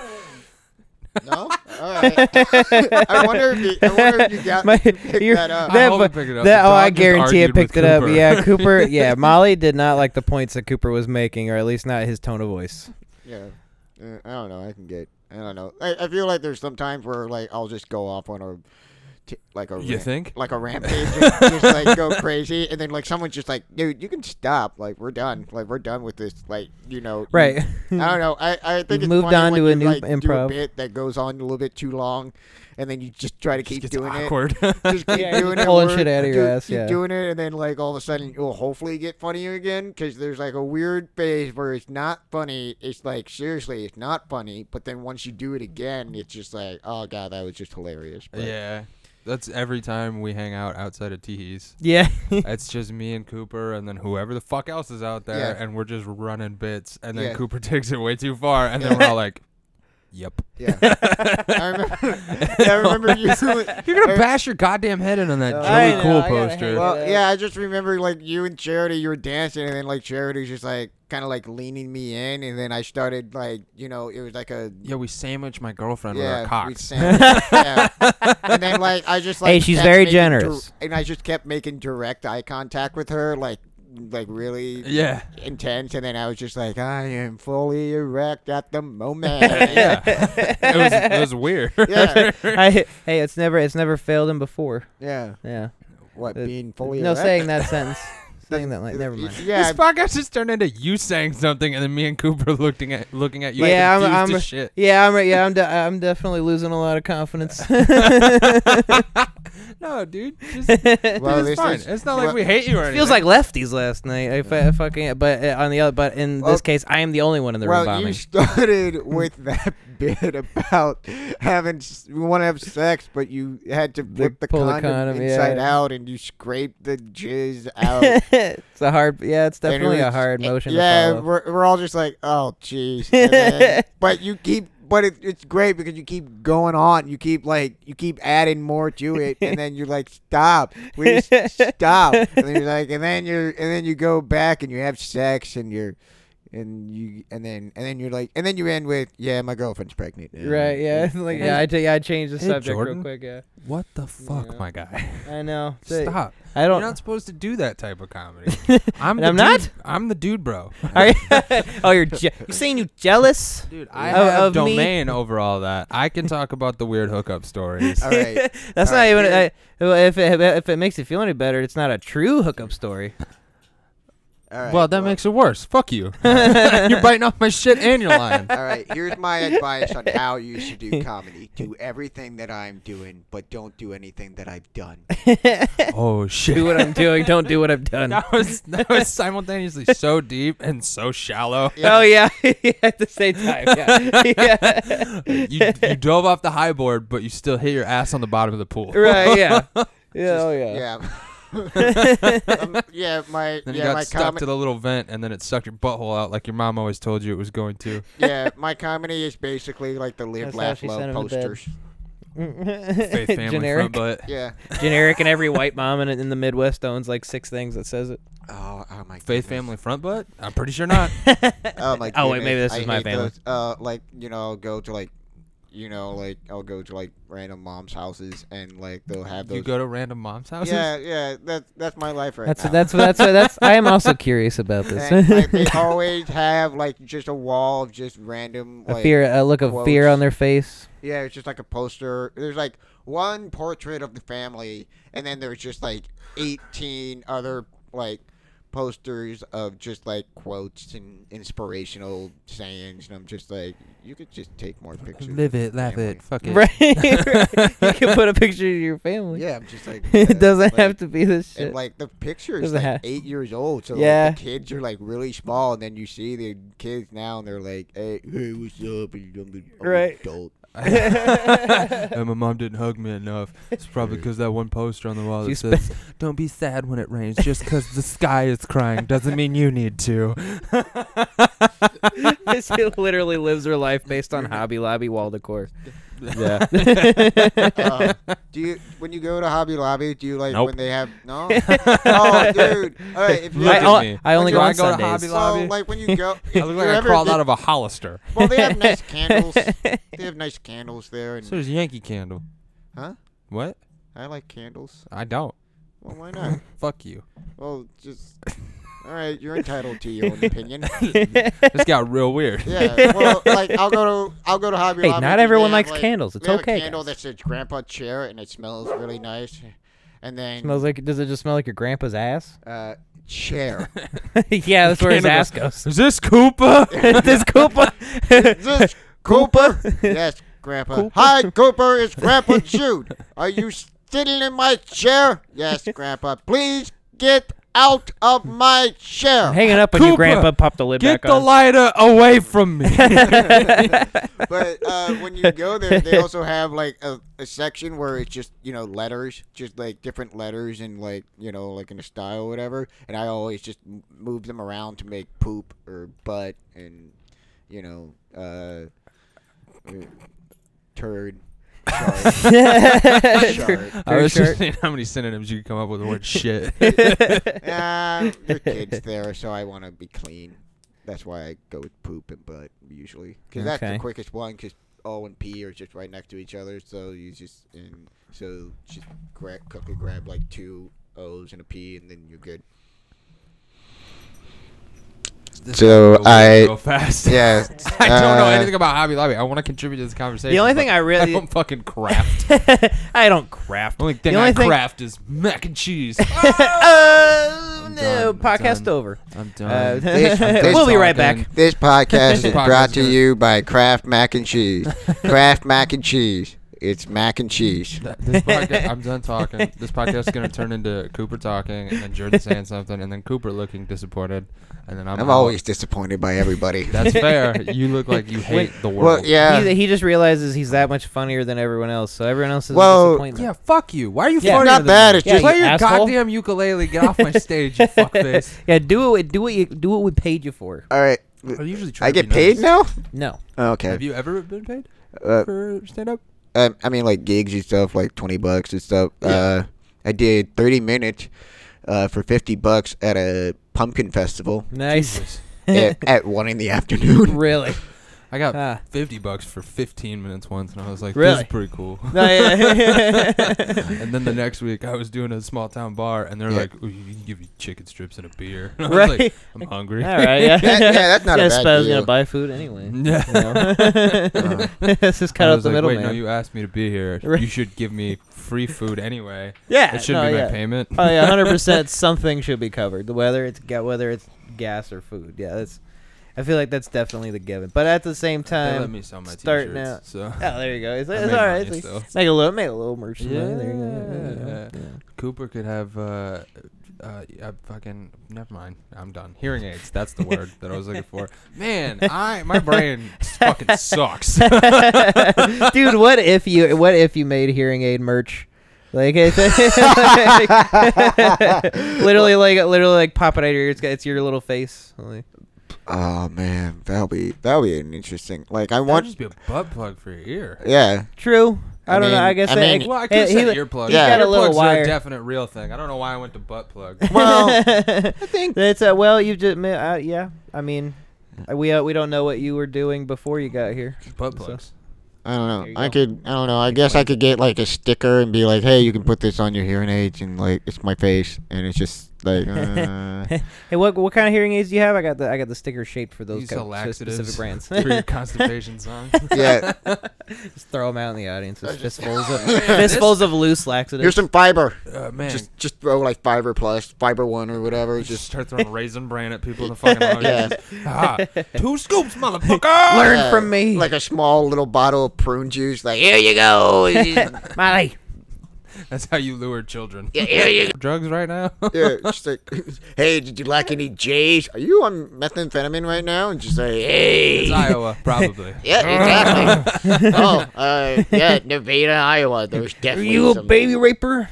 No, all right. [laughs] I wonder if you, I wonder if you got
My-
you picked
your-
that up.
I hope
That-
it picked it up.
That,
The
oh, I
dog just
guarantee
argued
it
with
picked it up.
Cooper.
Yeah, [laughs] Cooper. Yeah, Molly did not like the points that Cooper was making, or at least not his tone of voice.
yeah, Uh, I don't know. I can get. I don't know. I, I feel like there's some times where like I'll just go off on a, t- like a
You
rant.
think? [laughs]
like a rampage, just, just like go crazy, and then like someone's just like, dude, you can stop. Like we're done. Like we're done with this. Like you know,
[laughs] Right.
I don't know. I
[laughs]
I
You've
think it's
moved
funny
on
when
to a
you,
new
like, do
improv.
bit that goes on a little bit too long, and then you just try to
Just
keep
gets
doing it.
awkward. [laughs]
Just keep
Yeah, you're
doing it,
pulling
where-
shit outta your
do-
ass,
keep
yeah.
doing it, and then like all of a sudden you'll hopefully get funnier again because there's like a weird phase where it's not funny. It's like seriously, it's not funny. But then once you do it again, it's just like, oh god, that was just hilarious. But-
yeah. that's every time we hang out outside of Teehees.
[laughs] Yeah.
it's just me and Cooper, and then whoever the fuck else is out there,
Yeah.
and we're just running bits. And then
Yeah.
Cooper [laughs] takes it way too far, and then we're all like, "Yep."
Yeah. I remember.
[laughs]
[laughs] I remember you.
You're
Er
gonna bash your goddamn head in on that
Uh,
Joey
I know,
Cool
I gotta hang
poster.
out.
Well, yeah, I just remember like you and Charity, you were dancing, and then like Charity's just like kind of like leaning me in, and then I started like you know it was like a
yeah, we sandwiched my girlfriend with
yeah,
our
we
cocks.
sang. yeah. and then like I just like
Hey, she's
kept
very
making dir-
generous.
and I just kept making direct eye contact with her, like like really
[laughs] yeah.
intense, and then I was just like I am fully erect at the moment.
[laughs] Yeah. it, was, it
[laughs]
was weird. [laughs]
yeah,
I, hey, it's never it's never failed him before.
yeah.
Yeah.
What
Uh,
being fully
no,
erect?
saying that
[laughs]
sentence. saying that like never mind.
Yeah,
This podcast just turned into you saying something, and then me and Cooper [laughs] looking at looking at you.
Yeah, I'm-
confused
I'm-
as shit.
Yeah, I'm yeah, I'm de- I'm definitely losing a lot of
[laughs]
confidence. [laughs]
[laughs] no, dude, just,
Well,
it's
this
fine.
is-
it's not
well-
like we hate you or anything.
Feels like lefties last night. I, fu- I fucking but uh, on the other but in
Well-
this case, I am the only one in the room
well,
[laughs]
you
[laughs]
bombing.
started with that [laughs] bit about having s- you want to have sex, but you had to flip the
pull the
condom,
condom, yeah.
inside out, and you scraped the jizz
[laughs]
out. And
it's a hard. Yeah, it's
it
definitely a
was-
hard motion.
Eh, Yeah,
to follow.
we're we're all just like, oh, jeez.
[laughs]
And then- but you keep, but it, it's great because you keep going on. You keep like, you keep adding more to it, and then you're like, stop, please stop. And then you're like, and then you're, and then you go back and you have sex, and you're. And you and then and then you're like and then you end with yeah my girlfriend's pregnant
Right. Yeah. [laughs] like yeah, I t- yeah, I changed the
Hey,
subject
Jordan.
real quick. Yeah.
what the fuck,
Yeah.
my guy?
I know.
Stop.
I
You're
don't.
not supposed to do that type of [laughs] comedy. I'm
And
the dude-
I'm not?
I'm the dude, [laughs] bro.
Are you- [laughs] oh, you're je- you saying you jealous?
Dude, I
Of-
have
of me?
domain over all that. I can talk about the weird hookup
[laughs]
stories.
[laughs] all right
[laughs] That's
All
not
right,
even.
here-
I, well, if it if it makes you feel any better, it's not a true hookup
[laughs]
story. [laughs]
all right
well, that makes it worse. Fuck you. [laughs] You're biting off my shit and your line.
[laughs] All right, here's
[laughs]
my advice on how you should do comedy. Do everything that I'm doing, but don't do anything that
[laughs]
I've done.
Oh
do
shit.
what I'm doing. Don't do what I've
[laughs]
done.
[laughs] That was that was simultaneously so deep and so shallow.
Oh yeah, [laughs] at the same time. Yeah. [laughs] yeah.
You, you dove off the high board, but you still hit your ass on the bottom of the [laughs] pool.
[laughs] Right. Yeah. Yeah. oh yeah.
Yeah.
[laughs]
Um, yeah, my
Then
yeah
you
my
got stuck
comedy
to the little vent, and then it sucked your butthole out like your mom always told you it was going to. [laughs]
yeah my comedy is basically like the live
That's how
laugh
she sent
love
him to bed. [laughs]
posters.
Faith family
generic,
front butt.
Yeah.
generic, and every white mom in, in the Midwest owns like six things that says it.
Oh, oh my.
Faith
goodness.
family front butt? I'm pretty sure [laughs] not.
Oh my.
[laughs] Oh, wait,
goodness.
maybe this
I
is my
hate
family.
those. Uh, like you know, I'll go to like, you know, like I'll go to like random moms' houses and like they'll have those.
you go to random mom's houses?
yeah, yeah. That's that's my life right
That's
now.
that's that's that's. I am also curious about [laughs]
And, like, they
this.
always have like just a wall of just random
a
like
fear, a look of fear
quotes.
on their face.
yeah, it's just like a poster. There's like one portrait of the family, and then there's just like 18 other like posters of just like quotes and inspirational sayings, and I'm just like, you could just take more pictures. of
Live
your
it, laugh
family.
it, fuck it.
[laughs] Right, right. [laughs]
[laughs]
You can put a picture of your family.
Yeah, I'm just like,
[laughs] it doesn't
like-
have to be this shit.
And like the picture is
Doesn't
like
have-
eight years old, so
Yeah.
like, the kids are like really small, and then you see the kids now, and they're like, "Hey, hey what's up?" And I'm an- I'm an
Right. [laughs]
adult.
and my mom didn't hug me enough. It's probably because that one poster on the wall that
She's [laughs]
says, "Don't be sad when it rains. Just because the sky is crying doesn't mean you need to."
she literally lives her life based on Hobby Lobby wall decor.
[laughs]
[laughs]
Yeah.
Uh, do you when you go to Hobby Lobby? Do you like
Nope.
when
[laughs]
they have no? oh, dude! All right, if you
Look
I,
at
o-
me.
I only
Do
go
I
on
go to
Sundays.
Hobby
so,
Lobby.
like [laughs] when you go,
I look like I crawled
[laughs]
out of a Hollister.
Well, they have nice [laughs] candles. They have nice candles there, and
So there's Yankee Candle.
huh?
What?
I like candles.
I don't.
Well, why
[laughs]
not?
Fuck you.
Well, just all right. You're entitled to your own opinion.
[laughs]
This got real weird.
Yeah, well, like I'll go to I'll go to Hobby
Hey,
Lobby.
not
'cause they
everyone
have,
likes
like-
candles. It's
they have
okay,
A candle
guys.
that says Grandpa Chair, and it smells really nice. And
[laughs]
then
Smells like. Does it just smell like your grandpa's ass? [laughs]
uh, chair.
yeah, that's where his ass
Candle. [laughs]
goes. [laughs]
Is this [laughs] Koopa?
this
[laughs]
Koopa.
Is this Cooper?
[laughs]
yes, Grandpa. Hi, Cooper. It's Grandpa Jude. Are you sitting in my chair? Yes, Grandpa. Please get out of my chair.
Hanging up on your
Cooper,
grandpa popped the lid
Get
back
the
[laughs] on.
lighter away from [laughs] me.
[laughs]
[laughs] But uh, when you go there, they
[laughs]
also have like a, a section where it's just you know letters, just like different letters and like you know like in a style or whatever. And I always just m- move them around to make poop or butt and you know uh, uh, turd. Sorry. Sorry.
I was
Very
just saying how many synonyms you could come up with the word
[laughs]
shit. [laughs]
Nah, Ah, your kid's there, so I want to be clean. That's why I go with poop and butt usually, because that's
Okay.
the quickest one. Because O and P are just right next to each other, so you just and so just grab quickly grab like two O's and a P, and then you're good.
This
So,
is going
I-
real fast.
yeah,
[laughs] [laughs] I don't know
uh,
anything about Hobby Lobby. I want to contribute to this conversation.
only
but
thing I
[laughs]
really-
I don't fucking craft.
[laughs] I don't craft.
The
Oh!
only thing
the only
I
thing,
craft is mac and cheese.
[laughs] oh no!
done, I'm
Podcast
done.
over.
I'm
Uh,
done.
This-
[laughs]
this
we'll be right
talking.
back.
[laughs] This podcast
This
is
podcast
brought
is
to
good.
you by Kraft Mac and Cheese.
[laughs]
[laughs]
[laughs]
Kraft Mac and Cheese. It's mac and cheese.
Th- this
[laughs]
podcast, I'm done talking. This podcast is gonna turn into Cooper talking, and then Jordan saying something, and then Cooper looking disappointed, and then I'm,
I'm
out.
always disappointed by everybody. [laughs]
That's fair. You look like you hate the world.
Well, yeah.
he, he just realizes he's that much funnier than everyone else, so everyone else is
Well,
a disappointment.
Yeah, fuck you. Why are you
Yeah.
farting
It's
not
in the
bad,
middle?
it's Yeah, just-
play
you
your
asshole.
goddamn ukulele. Get off
[laughs]
my stage, you fuckface.
Yeah, do it. Do what you do. What we paid you for.
All right.
I usually try
I
to be
get paid
nice.
now?
No.
Oh, Okay.
Have you ever been paid
Uh,
for stand up?
um, I mean, like gigs and stuff, like twenty bucks and stuff. Uh, I did thirty minutes uh, for fifty bucks at a
[laughs]
pumpkin festival
[laughs] Nice.
at, at one in the
[laughs]
afternoon.
really.
I got
uh,
Ah.
fifty bucks for fifteen minutes once, and I was like, "This
Really?
is pretty cool."
[laughs] No, yeah.
[laughs] and then the next week, I was doing a small town bar, and they're
Yeah.
like, "Ooh, "You can give you chicken strips and a beer." [laughs] And I was
Right.
like, "I'm hungry."
All
[laughs]
right. Yeah.
That- yeah, that's not a
yeah,
bad
Spaz gonna
deal.
buy food anyway.
Yeah.
You [laughs] know? Let's just cut
Uh-huh. I
out
was
the
like,
middle
"Wait,
man.
no, you asked me to be here.
Right.
You should give me free food anyway.
[laughs] yeah.
That shouldn't
no,
be my
yeah.
payment."
[laughs] Oh
[laughs]
yeah, hundred percent. Something should be covered. The Whether it's ga- whether it's gas or food. Yeah, that's. I feel like that's definitely the given. But at the same
they let
time,
me sell my
starting
t-shirts,
out- [laughs]
so
oh, there you go. It's,
I
it's
made
all right.
money
It's
still.
like, make a little, make a little merch. money. There you go.
Yeah.
Yeah, yeah, yeah.
Cooper could have uh, uh, I fucking never mind. I'm done. Hearing aids. That's the word that I was looking [laughs] for. Man, I my [laughs] brain fucking [laughs] sucks.
[laughs] dude what if you what if you made hearing aid merch like, it's- [laughs] literally like literally like pop it out of your ears it's your little face like,
[laughs] Oh man, that'll be that'll be an interesting. Like I
That'd
want.
just be a butt plug for your ear.
Yeah.
true i,
I
don't know
mean-
i guess
I
that-
mean-
Well, I
eh,
could
he
say
li-
earplug.
he's got a little
Earplugs are
wire
a
[laughs]
definite real thing. I don't know why I went to butt plug. [laughs]
Well,
I think that's uh, well. You just ma- uh, yeah. I mean, uh, we uh, we don't know what you were doing before you got here.
butt
So-
plugs.
I
There
don't
you
know. I
go.
could. I don't know. I guess I could get like a sticker and be like, "Hey, you can put this on your hearing aids," and like it's my face, and it's just
[laughs]
like. Uh,
[laughs] Hey, what what kind of hearing aids do you have? I got the I got the sticker shaped for those
Use
kind
the
of s- specific
laxatives [laughs]
brands. [laughs]
for your [laughs] constipation song.
[laughs] yeah.
just throw them out in the audience. It's
just-
fistfuls
[laughs]
of
Man,
fistfuls of loose laxatives.
Here's some fiber.
Uh, man,
Just just throw like fiber plus, fiber one or whatever.
just
Just
start
[laughs]
throwing raisin bran at people in the fucking audience. Ah, two scoops,
Learn
[laughs]
motherfucker.
from me.
Uh, Like a small little bottle of prune juice. Like here
[laughs]
you go. yeah,
Molly.
That's how you lure children.
here you go.
Drugs right now.
[laughs] Yeah, just like, hey, did you like any J's? Are you on methamphetamine right now? And just say,
It's
hey.
Iowa,
[laughs]
probably. [laughs]
Yeah, exactly. [laughs] oh, uh, yeah, Nevada, Iowa. There's
Are
definitely
you a
some-
baby
[laughs]
raper?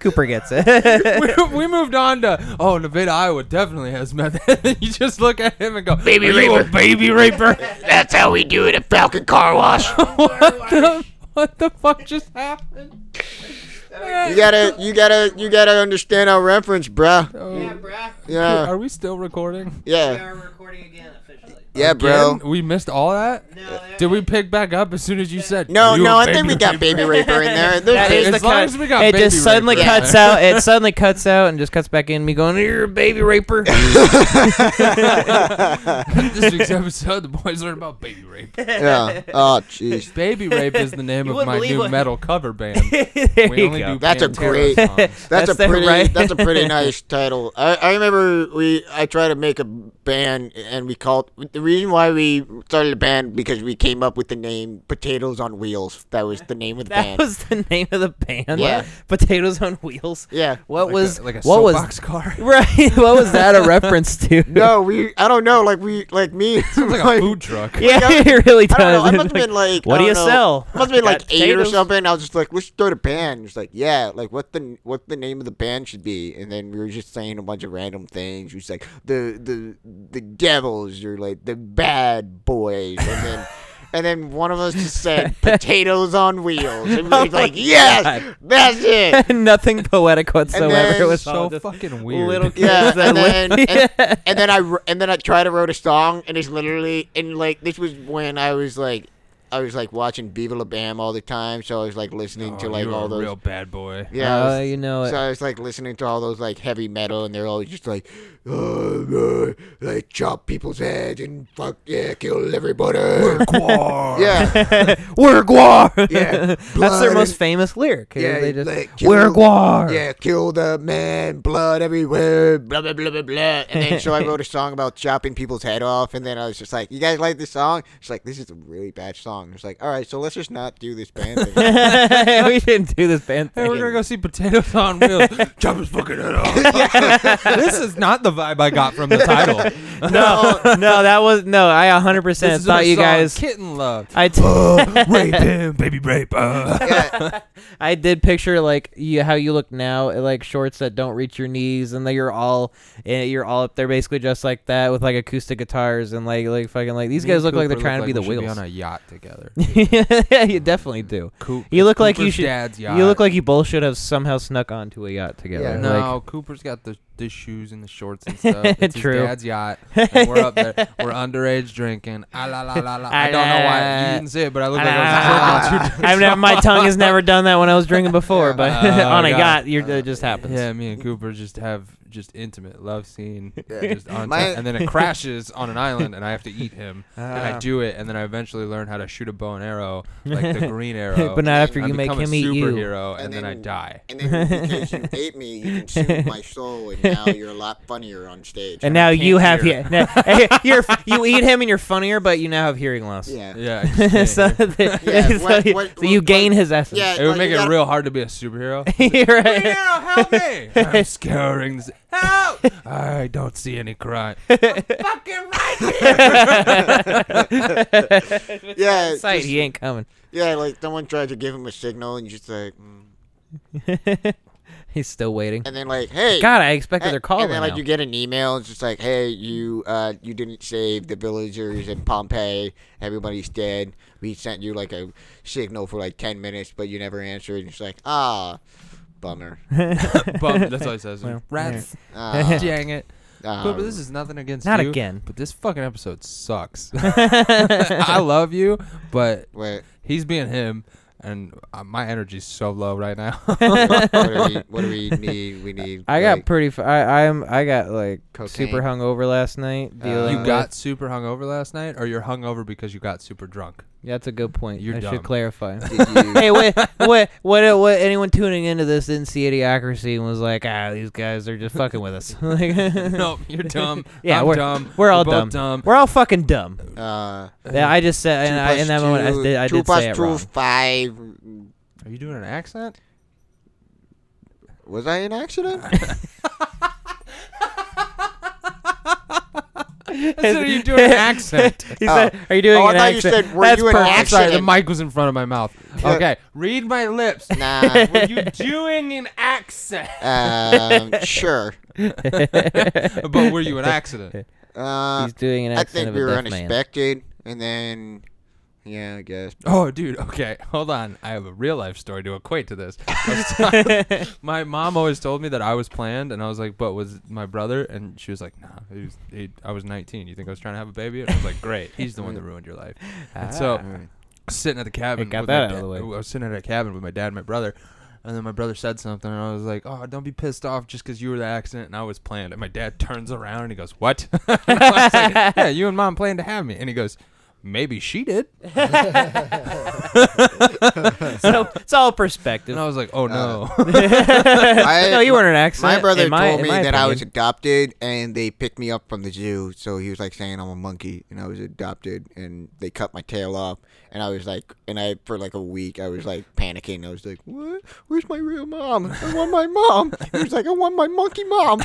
Cooper gets it.
we, we moved on to oh Nevada, Iowa definitely has meth. [laughs] you just look at him and go,
Baby
"Are you a
raper."
baby raper."
That's how we do it at Falcon Car Wash.
[laughs] what, the, what the fuck just happened?
you gotta, you gotta, you gotta understand our reference, bruh.
Oh,
Yeah,
Are we still recording?
yeah,
recording again officially.
yeah, bro.
Again? We missed all that. Did we pick back up as soon as you said?
No,
"Are you
no,
a
I think we
baby
got
raper?"
baby raper in there.
That is
As
the
long
cut.
as we got
it
baby
just suddenly
raper.
cuts out. It suddenly cuts out and just cuts back in. Me going, you're a baby
[laughs]
raper.
[laughs]
[laughs]
this week's episode, the boys learn about baby rape.
[laughs] yeah. Oh, jeez.
Baby rape is
[laughs]
the name
You
of
wouldn't
my
believe
new
what-
metal cover band.
[laughs] there
we
you
only
go.
do
That's a
Pantera
great-
songs.
That's,
That's
a
the-
pretty.
right?
That's
[laughs]
a pretty nice title. I, I remember we. I tried to make a band and we called. It reason why we started a band because we came up with the name Potatoes on Wheels. That was the name of the
That
band.
was the name of the band.
Yeah.
Potatoes on Wheels.
yeah.
What
Like
was
a, like a
what was
soapbox car?
[laughs]
[laughs]
right? What was that a reference to?
[laughs] No, we. I don't know. Like we. [laughs] Like me.
Sounds like a food truck.
[laughs] Yeah,
Like,
it really does. [laughs]
I don't know. I
It's
must
like,
have been like.
what
I
do you
don't know.
sell?
I must have been
Got
like eight or
potatoes?
something. I was just like, let's start a band. It's like, yeah, like what the what the name of the band should be, and then we were just saying a bunch of random things. She was like, the the the devils, or like the bad boys,
[laughs]
and then. And then one of us just said potatoes on wheels. And
[laughs]
we
Oh
was
my
like, Yes,
God.
that's
[laughs]
it.
Nothing poetic whatsoever. It
then
It's
was all
so
just
fucking weird.
Oh, Little kids
[laughs] Yeah,
that
and then,
lived- [laughs]
and, and then I wr- and then I tried to wrote a song, and it's literally and like this was when I was like, I was like watching Viva La Bam all the time, so I was like listening
Oh,
to like
you were
all
a
those
real bad
[laughs]
boy.
yeah. I
Oh,
was-
you know it.
so I was like listening to all those like heavy metal, and they're always just like, "Uh, uh, like chop people's heads and fuck yeah, kill everybody.
[laughs]
yeah,
[laughs] We're Guar. [laughs]
Yeah.
That's their
Blood
most
and-
famous lyric. is
yeah,
they just
like,
We're
kill-
Guar.
Yeah, kill the man, blood everywhere, blah blah blah blah blah. And
[laughs]
then so I wrote a song about chopping people's head off, and then I was just like, "You guys like this song?" It's like this is a really bad song. It's like, all right, so let's just not do this
[laughs]
band thing.
we didn't do this band
Hey,
[laughs]
thing.
we're gonna go see Potatoes on
[laughs]
Wheels. Chop his fucking head off. this is not the vibe I got
[laughs]
from the title.
No, no, that was no. I 100 percent
This is our
thought you
song,
guys.
Kitten
[laughs]
love. [laughs]
I
[laughs]
t-
Uh, rape him, baby rape. Uh.
yeah,
I did picture like you how you look now, eh, like shorts that don't reach your knees, and that you're all eh, you're all up there basically just like that with like acoustic guitars and like like fucking like these
Me
guys
and
look like
Cooper
they're trying to be the
we should
wheels.
on a yacht
[laughs]
together.
yeah, you definitely do.
Coop,
You look like you
Cooper's
should-
Dad's yacht.
You look like you both should have somehow snuck onto a yacht together.
Yeah.
No,
like-
Cooper's got the, the shoes and the shorts
[laughs]
and stuff. It's
True.
his dad's yacht. And we're up there.
[laughs]
We're underage drinking. Ah, la, la, la, la. I don't know
Ah,
why. You didn't say it, but I look like I was drinking two
[laughs] I've ah. never, my tongue has never done that when I was
[laughs]
drinking before,
Yeah.
but
Oh,
[laughs] on a
God.
yacht, you're, it just
[laughs]
happens.
Yeah, me and Cooper just have just intimate love
[laughs]
scene,
Yeah.
just on
My-
set, and then it crashes on an island, and I have to eat him, and I
[laughs] Ah.
do it, and then I eventually learn how to shoot a bow and arrow, like
[laughs]
the green arrow.
[laughs] but not after
I
you make
become
him
a
eat you.
superhero, and,
And
then, I
then-
die.
and then because you ate me, you consumed my soul, and now you're a lot funnier on stage.
And now you
can't
have
hear.
he- now- [laughs] you're you eat him and you're funnier, but you now have hearing loss.
yeah,
Yeah, I just can't
[laughs] so
hear.
the-
Yeah,
so
what-
you-
what-
so you
what-
gain his essence.
yeah,
it would
like,
make
you
it
gotta-
real hard to be a superhero.
[laughs] You're
Green
right.
arrow, help me! [laughs] I'm scouring this. Help! I don't see any
[laughs]
crime. fucking right
Yeah,
[laughs] Sight,
just-
he ain't coming. [laughs]
yeah. Like someone tried to give him a signal, and you just like, mm.
He's still waiting.
and then like, hey,
God, I expected
And-
their call.
And then, like,
now.
you get an email. It's just like, hey, you uh, you didn't save the villagers in Pompeii. Everybody's dead. We sent you like a signal for like ten minutes, but you never answered. And it's like, ah,
[laughs]
bummer.
Bum, that's all he says.
Well,
Rats,
Ah,
[laughs] dang it.
um,
Cooper, this is nothing against
Not
you.
again.
But this fucking episode
[laughs]
sucks. [laughs]
[laughs]
I love you, but
wait,
he's being him, and uh, my energy's so low right now. [laughs]
[laughs]
what, what do we, what do we need? We need.
I got
like,
pretty. F- I I'm I got like
Cocaine.
super hungover last night.
Uh,
Dealing
you
with-
got super hungover last night, or you're hungover because you got super drunk.
That's a good point.
You're
I
dumb.
should clarify.
Did you,
hey, wait, what, what, what? Anyone tuning into this didn't see idiocracy and was like, ah, these guys are just fucking with us. [laughs] Like,
[laughs] nope, you're dumb.
Yeah,
I'm
we're-
dumb.
we're all
both
dumb.
dumb.
[laughs] We're all fucking dumb.
Uh,
Yeah, I just said, and I, in that moment, I did, I
two
did
plus
say it
two
wrong.
is five.
Are you doing an accent?
Was I
[laughs]
an accident?
I said, are you doing
[laughs]
an accent?
He
Oh.
said, "Are you doing
Oh, I
an
thought you
accent?"
said, were
That's
you an
perfect.
I'm sorry, the
Accident.
mic was in front of my mouth.
Yeah.
Okay, read my lips.
nah.
[laughs] Were you doing an accent?
Um, sure.
[laughs] but were you an accident?
[laughs]
Uh,
He's doing an
I
accent
think
of
we
a
were
deaf man.
unexpected, and then yeah, I guess.
Oh, dude. Okay, hold on. I have a real life story to equate to [laughs] this. I was t- my mom always told me that I was planned, and I was like, "But was it my brother?" And she was like, "Nah, he was, he, I was 19. You think I was trying to have a baby?" And I was like, "Great, he's the one that ruined your
[laughs]
life." And so, sitting at the cabin,
Ah. got
with my
that out of
dad-
the way.
I was sitting at a cabin with my dad and my brother. And then my brother said something, and I was like, "Oh, don't be pissed off just because you were the accident and I was [laughs]
[laughs]
planned." And my dad turns around and he goes, "What?" And I was like, "Yeah, you and mom planned to have me." And he goes, maybe she did.
[laughs] so it's all perspective.
And
[laughs]
I was like, oh no.
Uh, no, you weren't an accident.
My brother
in my,
told
in
me
my
that I was
opinion. [laughs]
adopted, and they picked me up from the zoo. So he was like saying I'm a monkey, and I was adopted, and they cut my tail off, and I was like, and I for like a week I was like panicking. I was like, what? Where's my real mom? I want my mom. [laughs] He was like, I want my monkey mom. [laughs]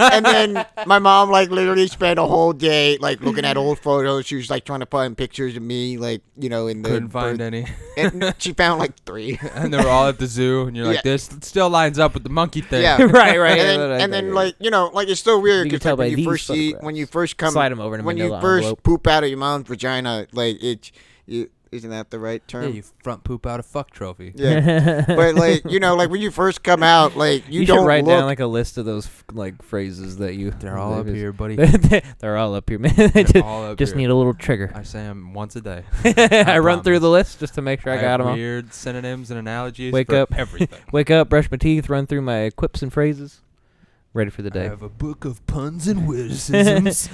and then my mom like literally spent a whole day like looking at old photos. She was like trying to find pictures of me, like you know, in the
[laughs] Couldn't find
birth-
any.
And she found like three.
And they were all at the zoo, and you're like,
Yeah.
this still lines up with the monkey thing. [laughs]
Yeah,
Right, [laughs] right,
And
yeah,
then,
right,
and then
right.
like you know, like it's so weird
You can
because
tell
like, when
by
you
these
first see
photographs.
when you first come
Slide 'em over in a
um, when you
manila
first
envelope.
poop out of your mom's vagina, like it, you, isn't that the right
Yeah,
term?
you front poop out a fuck trophy.
[laughs]
[laughs]
Yeah. but like you know, like when you first come out, like you,
you, should
don't
write
look.
down like a list of those f- like phrases that you.
They're all up
that is-
here, [laughs] buddy.
[laughs] They're all up here, man. [laughs] I
They're
just,
all up
just
here.
need a little trigger.
I say them once a day.
[laughs] I, run through
promise.
the list just to make sure I, got
have
them all.
Weird synonyms and analogies
Wake
for
up.
[laughs] everything.
Wake up, brush my teeth, run through my quips and phrases. Ready for the
I
day.
have [laughs] a book of puns [laughs] and [laughs] witticisms.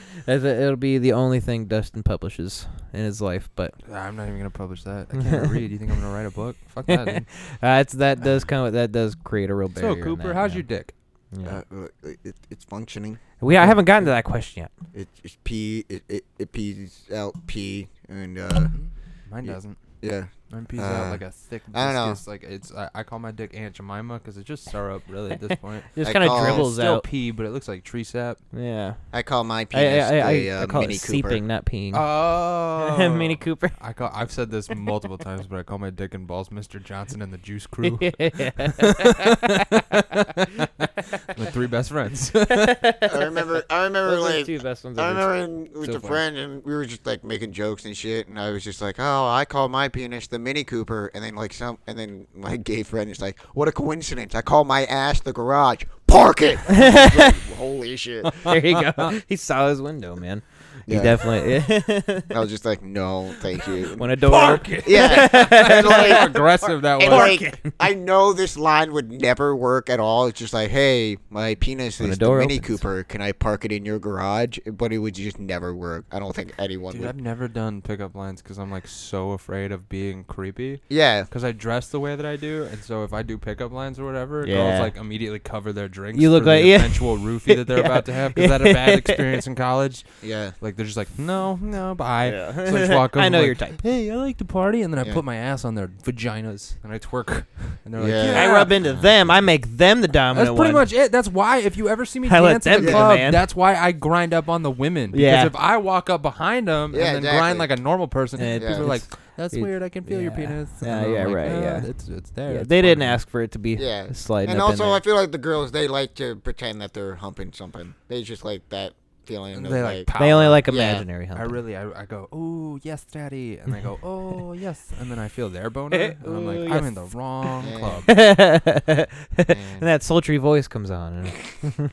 [laughs] That's it- It'll be the only thing Dustin publishes in his life, but
I'm not even gonna publish that. [laughs] I can't read. You think I'm gonna write a book? Fuck [laughs] that.
[laughs]
dude.
uh, it's, that does come. with- That does create a real barrier.
so
in
Cooper,
that,
how's
yeah.
your [clears throat] dick?
Yeah.
Uh, uh, it, it's functioning.
we I haven't gotten to that question yet.
It, it's pee. It, it it pees out pee, and uh,
Mine
Yeah.
doesn't.
yeah.
Mine pees out
Uh,
like a thick. Viscous,
I don't know.
Like it's. I, I call my dick Aunt Jemima because it just stir up really
[laughs]
at this point.
It just
I
kind
call-
of
It's
It's
dribbles
oh, still
out.
pee, but it looks like tree sap.
yeah.
I call my
I,
penis
I, I,
the
I,
uh,
I call
Mini
it
Cooper.
[laughs] seeping, not peeing.
Uh, Oh,
[laughs] Mini Cooper.
I call. I've said this multiple times, but I call my dick and balls Mr. Johnson and the
[laughs]
Juice [laughs] Crew. My three best
[laughs]
friends.
I remember. I remember
Those are the
like
two best ones
I
I've
remember in, with
so
a
far.
friend, and we were just like making jokes and shit, and I was just like, "Oh, I call my penis the Mini Cooper," and then like some, and then my [laughs] gay friend is like, "What a coincidence! I call my ass the garage. Park it." I was like, Holy shit!
there you
[laughs]
go. He saw his window, man.
Yeah.
He definitely. [laughs]
I was just like, "No, thank you."
when a door.
[laughs]
[laughs]
yeah, and
How
like,
aggressive that
and,
was.
like, I know this line would never work at all. It's just like, "Hey, my penis
When
is
a
the
door
Mini
opens.
Cooper. Can I park it in your garage?" But it would just never work. I don't think anyone
Dude,
would.
I've never done pickup lines because I'm like so afraid of being creepy.
yeah.
Because I dress the way that I do, and so if I do pickup lines or whatever, girls
Yeah.
like immediately cover their drinks.
You look
for the
like- yeah.
eventual roofie that they're
[laughs] Yeah.
about to have. Because I had a
[laughs]
bad experience in college.
Yeah.
Like they're just like, no, no, bye.
Yeah.
So I just walk over.
[laughs] I know
like,
your type.
Hey, I like to party, and then I
Yeah.
put my ass on their vaginas and I twerk, [laughs] and they're like, yeah.
Yeah.
I rub into them. I make them the dominant
That's pretty
one.
much it. That's why if you ever see me
I let
dance at
them
the
be the
club,
man.
that's why I grind up on the women. Because
Yeah.
if I walk up behind them
Yeah,
and then grind
exactly.
like a normal person,
Yeah,
people are
it's-
like, "That's
it-
weird. I can feel your
yeah.
penis."
Yeah,
And I'm
yeah,
like,
right,
"Uh,
yeah.
It's it's there.
Yeah,
It's
they
part of
didn't
it."
ask for it to be
Yeah.
sliding
and
up
also,
in
I
there.
feel like the girls they like to pretend that they're humping something. They just like that feeling. Of,
They like power.
They only like
Yeah.
imaginary
I
humping.
really, I, I go, oh yes, daddy, and I
[laughs]
go, oh yes, and then I feel their boner, and I'm like,
Ooh,
I'm in the wrong
Yeah.
club.
[laughs] [laughs] and that sultry voice comes on. and-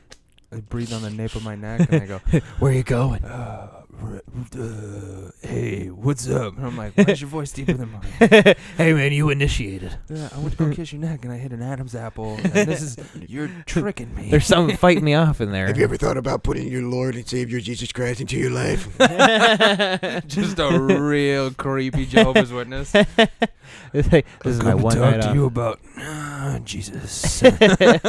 I breathe on the nape of my neck, and I go,
[laughs] Where you going?
uh, r- uh, hey, what's up? And I'm like, why is your voice deeper than
[laughs]
mine?
hey man, you initiated.
Yeah, I went to go kiss your neck and I hit an Adam's apple. And this [laughs] is you're tricking me.
There's [laughs] something fighting me off in there.
Have
[laughs]
you ever thought about putting your Lord and Savior Jesus Christ into your life?
[laughs]
just a real creepy Jehovah's Witness.
[laughs] It's like, this is my one night [laughs] off.
about ah,
[laughs]
Jesus.
oh my [laughs]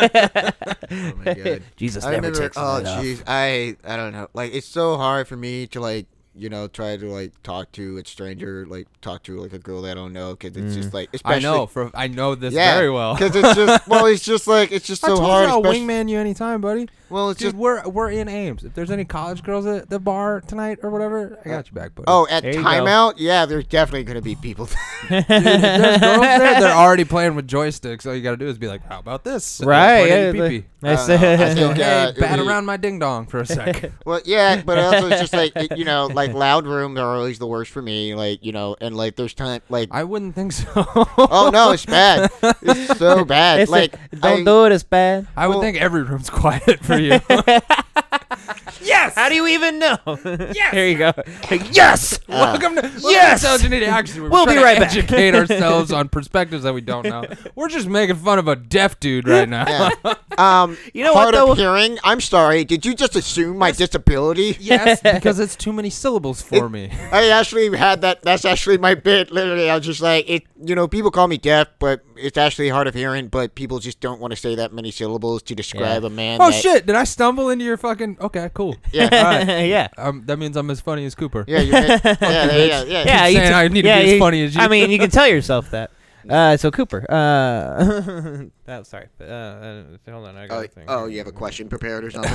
god.
Jesus
I
never
remember.
takes a
Oh
night off.
jeez. I I don't know. Like it's so hard for me to like you know try to like talk to a stranger, like talk to like a girl that I don't know, because it's just like
I
especially.
know for I know this
Yeah,
very well.
Because it's just well, it's just like it's just
I
so
told
hard.
you I'll
especially-
wingman you anytime, buddy.
Well, it's
Dude,
just
we're we're in Ames. If there's any college girls at the bar tonight or whatever, I got you back, buddy.
oh at
There you go.
timeout. Yeah, there's definitely gonna be people.
Dude, if
[laughs]
there's girls there. They're already playing with joysticks. All you gotta do is be like, "How about this?" And they'll
right.
point at
yeah,
your
the-
pee-pee.
I
I
Go,
don't know. I think,
said.
uh,
hey,
it'll
bat
be-
around my ding dong for a sec.
Well, yeah, but also it's
[laughs]
just like it- you know, like loud rooms are always the worst for me. Like you know, and like there's time, like
I wouldn't think so. [laughs]
oh no, it's bad,
[laughs]
it's so
[laughs]
bad.
It's
like
like, don't
I-
do it. It's bad.
I would
[laughs]
Well-
think every room's quiet for you. Yes.
How do you even [laughs] know?
Yes! [laughs]
There you go. Yes.
Welcome to
Yes!
Welcome to Misogyny to Action. We were
We'll be
trying to
right back. [laughs]
Educate ourselves on perspectives that we don't know. We're just making fun of a deaf dude right now. [laughs]
Yeah. Um,
[laughs] You know what,
hard of
though?
hearing. I'm sorry. Did you just assume my
[laughs]
disability?
[laughs] yes, because it's too many syllables for me.
I actually had that. That's actually my bit. Literally, I was just like, it. You know, people call me deaf, but it's actually hard of hearing. But people just don't want to say that many syllables to describe a
[laughs]
man.
Oh
that-
shit! Did I stumble into your fucking? Okay, cool.
Yeah.
Alright.
[laughs] yeah.
Um, that means I'm as funny as Cooper.
Yeah, you're
[laughs]
right. yeah, yeah, yeah, yeah.
Yeah, you
saying I need to be as
you-
funny as you.
I mean, you can tell
[laughs]
yourself that. Uh, so Cooper. Uh, [laughs] oh, sorry. Uh, uh, hold on, I got
Oh,
a thing.
oh, you have a question prepared or something?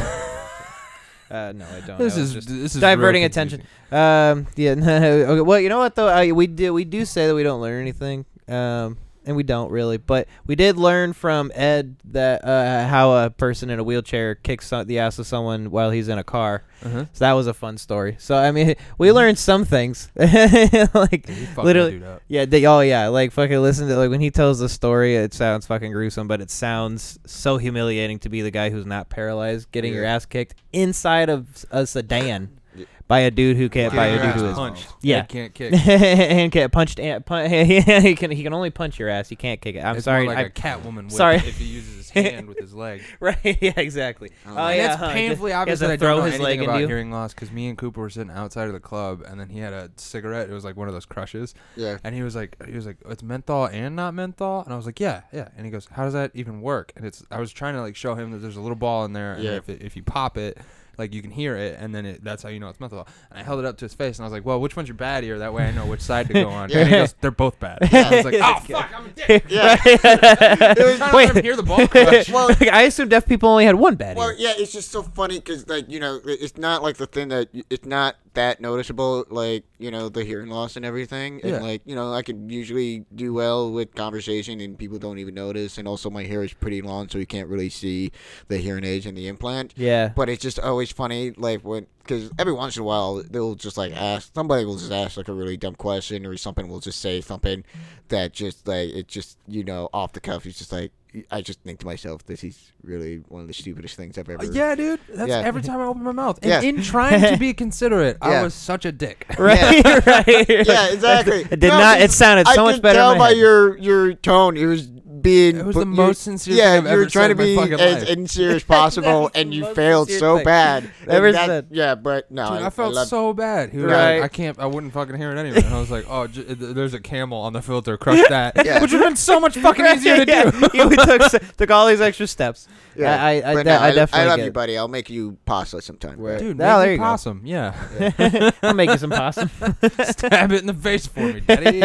Uh, no, I don't.
This
I was
is
just
this is
diverting
real
attention.
confusing.
Um, yeah. [laughs] no, okay, well, you know what though? I, we do we do say that we don't learn anything. Um, and we don't really, but we did learn from Ed that uh, how a person in a wheelchair kicks so- the ass of someone while he's in a car.
Uh-huh.
So that was a fun story. So I mean, [laughs] we learned some things. [laughs] like
You fucked that
literally,
dude up.
yeah, they, oh yeah, like fucking listen to like when he tells the story, it sounds fucking gruesome, but it sounds so humiliating to be the guy who's not paralyzed, getting your
Yeah.
ass kicked inside of s- a sedan by a dude who can't
Getting
by
your
a
ass
dude who is [laughs]
punched.
Yeah.
I can't kick.
and get punched and pun- [laughs] he can he can only punch your ass, he can't kick it. I'm
it's
sorry,
More
I-
like a Catwoman. Whip
sorry.
If he uses his hand with his leg.
[laughs] right? Yeah, exactly.
Oh,
Oh,
man.
and
yeah, huh,
it's
just-
painfully
he has
obvious
to
that I
throw
don't know
his
anything
leg into
about
you. [laughs]
hearing loss because me and Cooper were sitting outside of the club, and then he had a cigarette. It was like one of those crushes,
yeah.
and he was like, he was like, it's menthol and not menthol, and I was like, yeah, yeah. And he goes, how does that even work? And it's, I was trying to like show him that there's a little ball in there, and
Yeah.
if it, if you pop it. Like you can hear it, and then it, that's how you know it's menthol. And I held it up to his face, and I was like, "Well, which one's your bad ear? That way I know which side to go on." And he
[laughs] Yeah.
goes, "They're both bad." And I
[laughs]
was like, "Oh
That's good.
fuck, I'm a dick."
[laughs]
Yeah.
I'm trying to let him hear the ball crush.
Well-
I assume deaf people only had one bad
Well,
ear.
yeah, it's just so funny because, like, you know, it- it's not like the thing that it's not that noticeable, like, you know, the hearing loss and everything.
Yeah.
And, like, you know, I can usually do well with conversation and people don't even notice. And also, my hair is pretty long, so you can't really see the hearing aids and the implant.
Yeah.
But it's just always funny, like, when, because every once in a while, they'll just, like, ask, somebody will just ask, like, a really dumb question or something will just say something that just, like, it just, you know, off the cuff. It's just like, I just think to myself, this is really one of the stupidest things I've ever.
Uh, Yeah, dude. That's
Yeah.
every time I open my mouth. And
Yeah.
in trying to
[laughs]
be considerate,
Yeah.
I was such a dick.
[laughs] Right, right. [laughs]
[laughs] Yeah, exactly.
It did not. It sounded so
I
much
could
better. in
tell
my
by
head. [laughs]
your your tone, it was being.
It was
but
the
you-
most sincere
Yeah,
thing I've
you
ever
were trying
said
to
in my
be
fucking
as
life.
insincere as
[laughs] That
possible,
was
and
the
you
most
failed
sincere
so
thing
bad.
ever
And that-
said.
Yeah, but no,
Dude, I,
I,
felt
loved-
so bad. He was
Right.
like, I can't, I wouldn't fucking hear it anyway. And I was like, oh, j- th- there's a camel on the filter.
[laughs]
Crush that.
Yeah.
Which would have been so much fucking
Right,
easier to
[laughs] yeah.
do.
You took s- took all these extra steps.
Yeah,
I I, I,
but
de-
no,
I definitely
I love
get
you,
it.
buddy. I'll make you pasta sometime.
Right.
Dude,
Now,
make
there
me
you go.
possum. Yeah.
[laughs] I'll make you some pasta.
[laughs] Stab it in the face for me,
[laughs]
daddy.